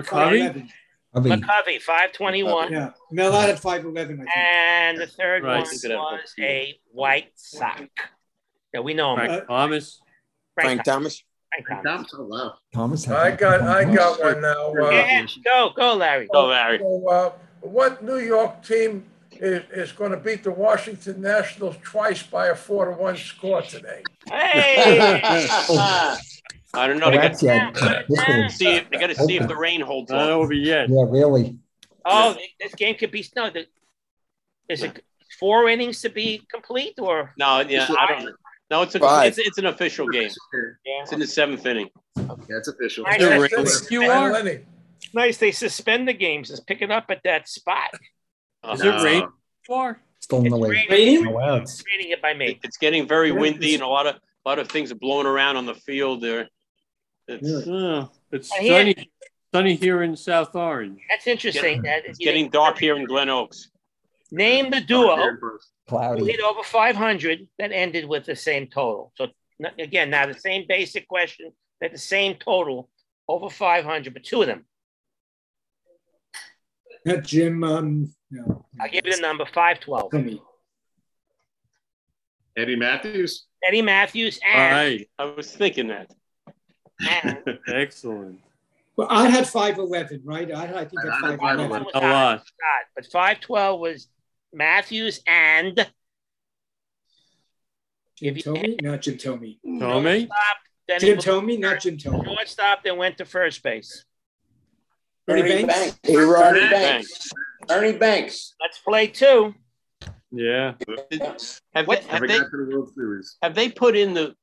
5'11.
McCovey?
Covey.
Hmm.
McCovey, 521.
Yeah. Melot had 5'11, I think.
And the third
Right.
one was a white sock. Yeah, we
Uh,
know him.
Frank Thomas.
Frank,
Frank Thomas.
Frank Thomas.
Tom, oh, wow.
Thomas. had
I got, I got one
Go
now. Uh,
ahead. Go, go, Larry.
Go, Larry.
So, uh, what New York team is, is going to beat the Washington Nationals twice by a four to one score today?
Hey!
I don't know.
Oh,
They got
that's it. This
to
one.
see if they got to see if the rain holds
Not
off.
over yet.
Yeah, really.
oh, this game could be no. the- Is it four innings to be complete or?
No, yeah, I don't. know. No, it's a,
Five.
it's, it's an official game.
Yeah.
It's in the seventh inning.
Yeah, it's official.
Right.
They're
That's
really-
it.
You
Final
are?
inning.
Nice. They suspend the games. Just pick it up at that spot.
Uh-huh.
Is
No.
it rain far?
Still in
It's
the lead.
raining.
Rating?
Oh, wow. It's,
Rating it by me.
It- It's getting very windy and a lot of a lot of things are blowing around on the field there. It's
Oh, it's
I hear-
sunny, sunny here in South Orange.
That's interesting. that,
it's getting dark here in Glen Oaks.
Name the duo who
cloudy.
hit over 500 that ended with the same total. So n- again, now the same basic question, but the same total over 500, but two of them.
Not Jim. Um, no.
I'll give you the number 512.
Tell me.
Eddie Matthews.
Eddie Matthews
All
and
right. I was thinking that.
Excellent.
Well, I had five eleven, right? I, I think I had five eleven.
A lot.
Scott, but five twelve was Matthews and
Jim Tomey, not Jim Tomey.
Tommy?
then he
Jim
was
Tomey, not Jim Tomey.
shortstop. Then went to first base.
Ernie
Ernie
Banks?
Banks. Hey, Ernie Banks. Ernie Banks.
Let's play two.
Yeah.
Have they, have, they,
to the World Series.
have they put in the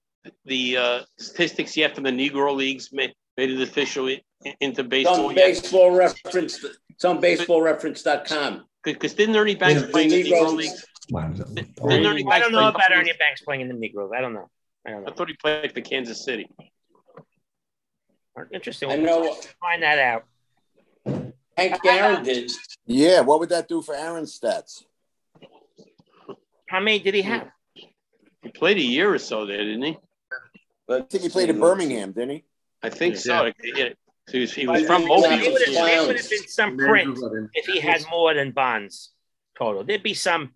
the uh, statistics yet from the Negro Leagues made, made it official i- into baseball
Some
yet?
baseball reference. Some baseballreference.com.
Because didn't Ernie Banks
Yeah.
play in the
The
Negro
Negros.
League? Didn't Ernie
I
Banks
don't know
play-
about Ernie Banks playing in the Negro. I don't know. I don't
I
know.
thought he played for Kansas City.
Interesting.
I know
Find that out.
Hank Aaron did.
Yeah, what would that do for Aaron's stats?
How many did he have?
He played a year or so there, didn't he?
I think he played at Birmingham, didn't he?
I think so. Yeah. He was, he
But
was from
there would have- there
Mobile.
would have there would have been some print if he had more than Bonds total. There'd be some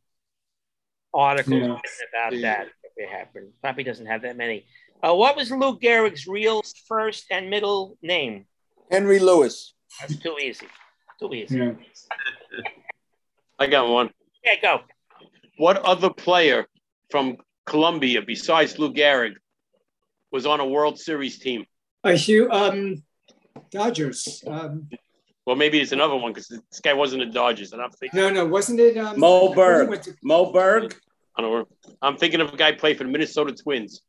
article
Yeah.
written about that if it happened. Probably doesn't have that many. Uh, what was Lou Gehrig's real first and middle name?
Henry Lewis.
That's too easy. Too easy.
Yeah.
I got one.
Yeah, go.
What other player from Columbia besides Lou Gehrig was on a World Series team?
A Hugh, um, Dodgers. Um,
Well, maybe it's another one because this guy wasn't a Dodgers, and I'm thinking.
no, no, wasn't it? Um,
Mo
I thought
Berg.
he went
Mo Berg.
I don't know. I'm thinking of a guy played for the Minnesota Twins.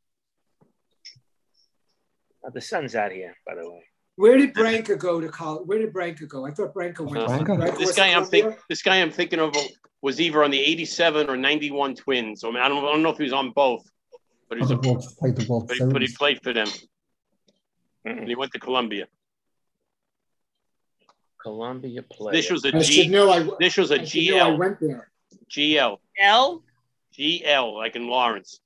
Uh, the sun's out here, by the way.
to- where did Branca go to college? Where did Branca go? I thought Branca went.
Uh, this
was
guy
to
I'm
Columbia?
think this guy I'm thinking of was either on the '87 or '91 Twins. I mean, I don't, I don't know if he was on both, but he, was a,
World- Like the World
but he, but he
Series.
played for them.
Mm-hmm.
And he went to Columbia.
Columbia player.
This was a
I should
G.
know. I,
This was a
I should know. I
GL.
went there.
GL.
L.
GL, like in Lawrence.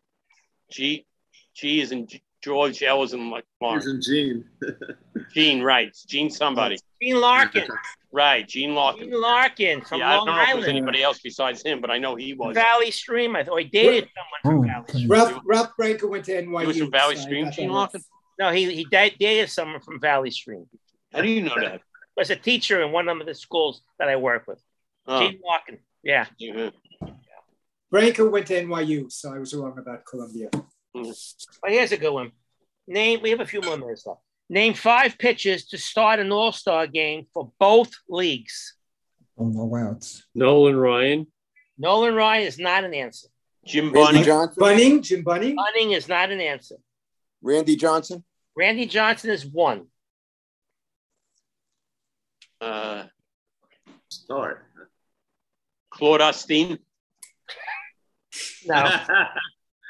G G is in G- George, L is in like Lawrence.
He's in
Gene, right. It's Gene somebody.
Gene Larkin.
Right, Gene Larkin.
Gene Larkin from
yeah, I don't
Long
know if there's
Island.
anybody else besides him, but I know he was.
Valley Stream. I thought he dated
Mm.
someone from Valley Stream.
Ralph, Ralph Branca went to NYU.
He was from Valley
so I
Stream,
got
Gene
that
Larkin?
No, he, he da- dated someone from Valley Stream.
How do you know that?
was a teacher in one of the schools that I work with.
Oh,
Gene Larkin. Yeah.
yeah.
Branca went to NYU, so I was wrong about Columbia.
Well, Oh, here's a good one. Name. We have a few more minutes left. Name five pitchers to start an All Star game for both leagues.
Oh, no, wow. It's
Nolan Ryan.
Nolan Ryan is not an answer.
Jim
Randy
Bunny.
Johnson.
Bunning, Jim Bunning.
Bunning is not an answer.
Randy Johnson.
Randy Johnson is one.
Uh,
Start.
Claude Osteen.
No,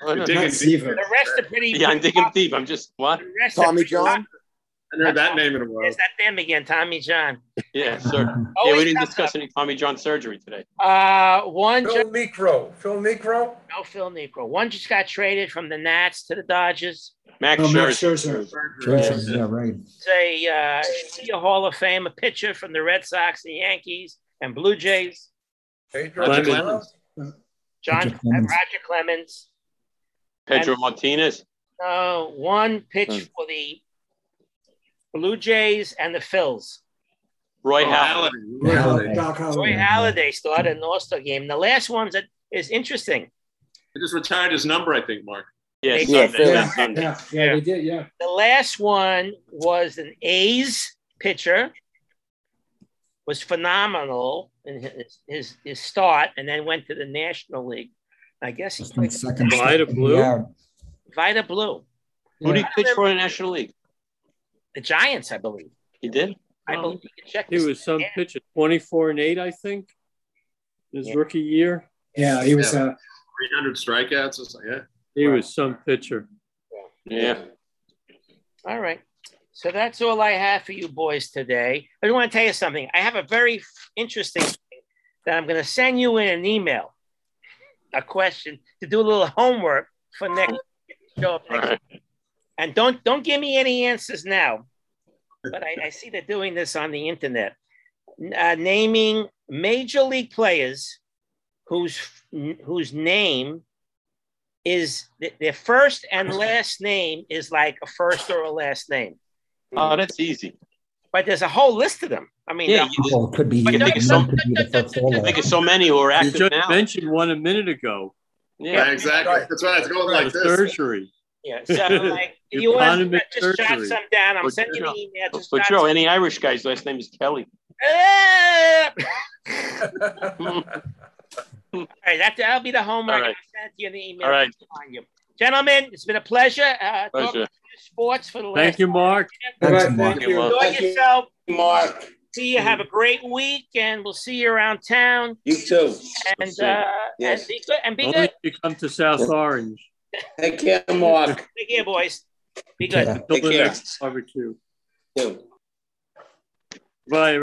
Oh, no,
You're digging
no.
Not Seaver.
the rest are pretty.
Yeah, I'm digging deep. I'm just what?
The rest are
Tommy
pretty
John.
I haven't heard that name in a while.
Is that them again? Tommy John.
Yeah, sir. Yeah,
Always
we didn't
comes
discuss any Tommy John surgery today.
up. Uh, one.
Phil Necro. Phil Necro?
No, Phil Negro. One just got traded from the Nats to the Dodgers.
Max
Oh, Max
Scherzer.
Scherzer.
Churchill, yeah, right.
It's a, uh, he's a Hall of Fame, a pitcher from the Red Sox, the Yankees, and Blue Jays.
Pedro
Roger
Guerrero?
Clemens.
John uh,
Roger Clemens.
Roger Clemens.
Pedro
And-
Martinez.
Uh, one pitch
Hmm.
for the Blue Jays and the Phils.
Roy
Oh,
Halladay.
Halladay. Roy Halladay.
Doc Holliday.
Roy Halladay started an All-Star game. The last one that is interesting.
He just retired his number, I think, Mark.
Yeah,
Yeah,
Sunday.
Phil.
last Sunday.
Yeah, yeah, they did. Yeah.
The last one was an A's pitcher, was phenomenal in his, his, his start, and then went to the National League. I guess he
Just in
played
second.
Vita
second
Blue?
out.
Vita Blue,
Who did he pitch for in the National League?
the Giants, I believe.
He did?
I
Oh.
believe you can check
He
this.
was some pitcher, 24 and 8, I think, his
Yeah.
rookie year.
Yeah, he was. Uh,
300 strikeouts. Or something. Yeah.
He
Right.
was some pitcher.
Yeah.
All right. So that's all I have for you boys today. I just want to tell you something. I have a very f- interesting thing that I'm going to send you in an email, a question to do a little homework for next show up
All
next.
right.
And don't don't give me any answers now. But I, I see they're doing this on the internet, N- uh, naming major league players whose f- whose name is th- their first and last name is like a first or a last name.
Oh, that's easy.
But there's a whole list of them. I mean,
Yeah,
uh,
you
Well, it could be,
But
you
don't
could
you-
be the first
I think
caller.
it's so many who are
You
active
just
now.
mentioned one a minute ago.
Yeah,
exactly. That's right. It's going like
The
this.
Surgery.
yeah. So like, if you want to
Economic
just jot
surgery.
some down, I'm
But
sending you
Joe-
an email. Just
But
jot
Joe, any Irish guy's last name is Kelly.
Ah! All right, that, that'll be the homework.
All right.
I'll send you an email.
All right.
to find you. Gentlemen, it's been a pleasure. Uh,
Pleasure.
talking sports for the last
Thank you, Mark.
Thanks, Mark.
you.
Enjoy
Thank you.
yourself.
Mark,
See you. Have a great week, and we'll see you around town.
you too.
And
see.
uh,
Yes.
and be good. And be
Only
good.
if you come to South Orange.
Take care, Mark.
Take care, boys. Be good.
Yeah.
Till
Take
the
care.
next barbecue.
Too.
Bye.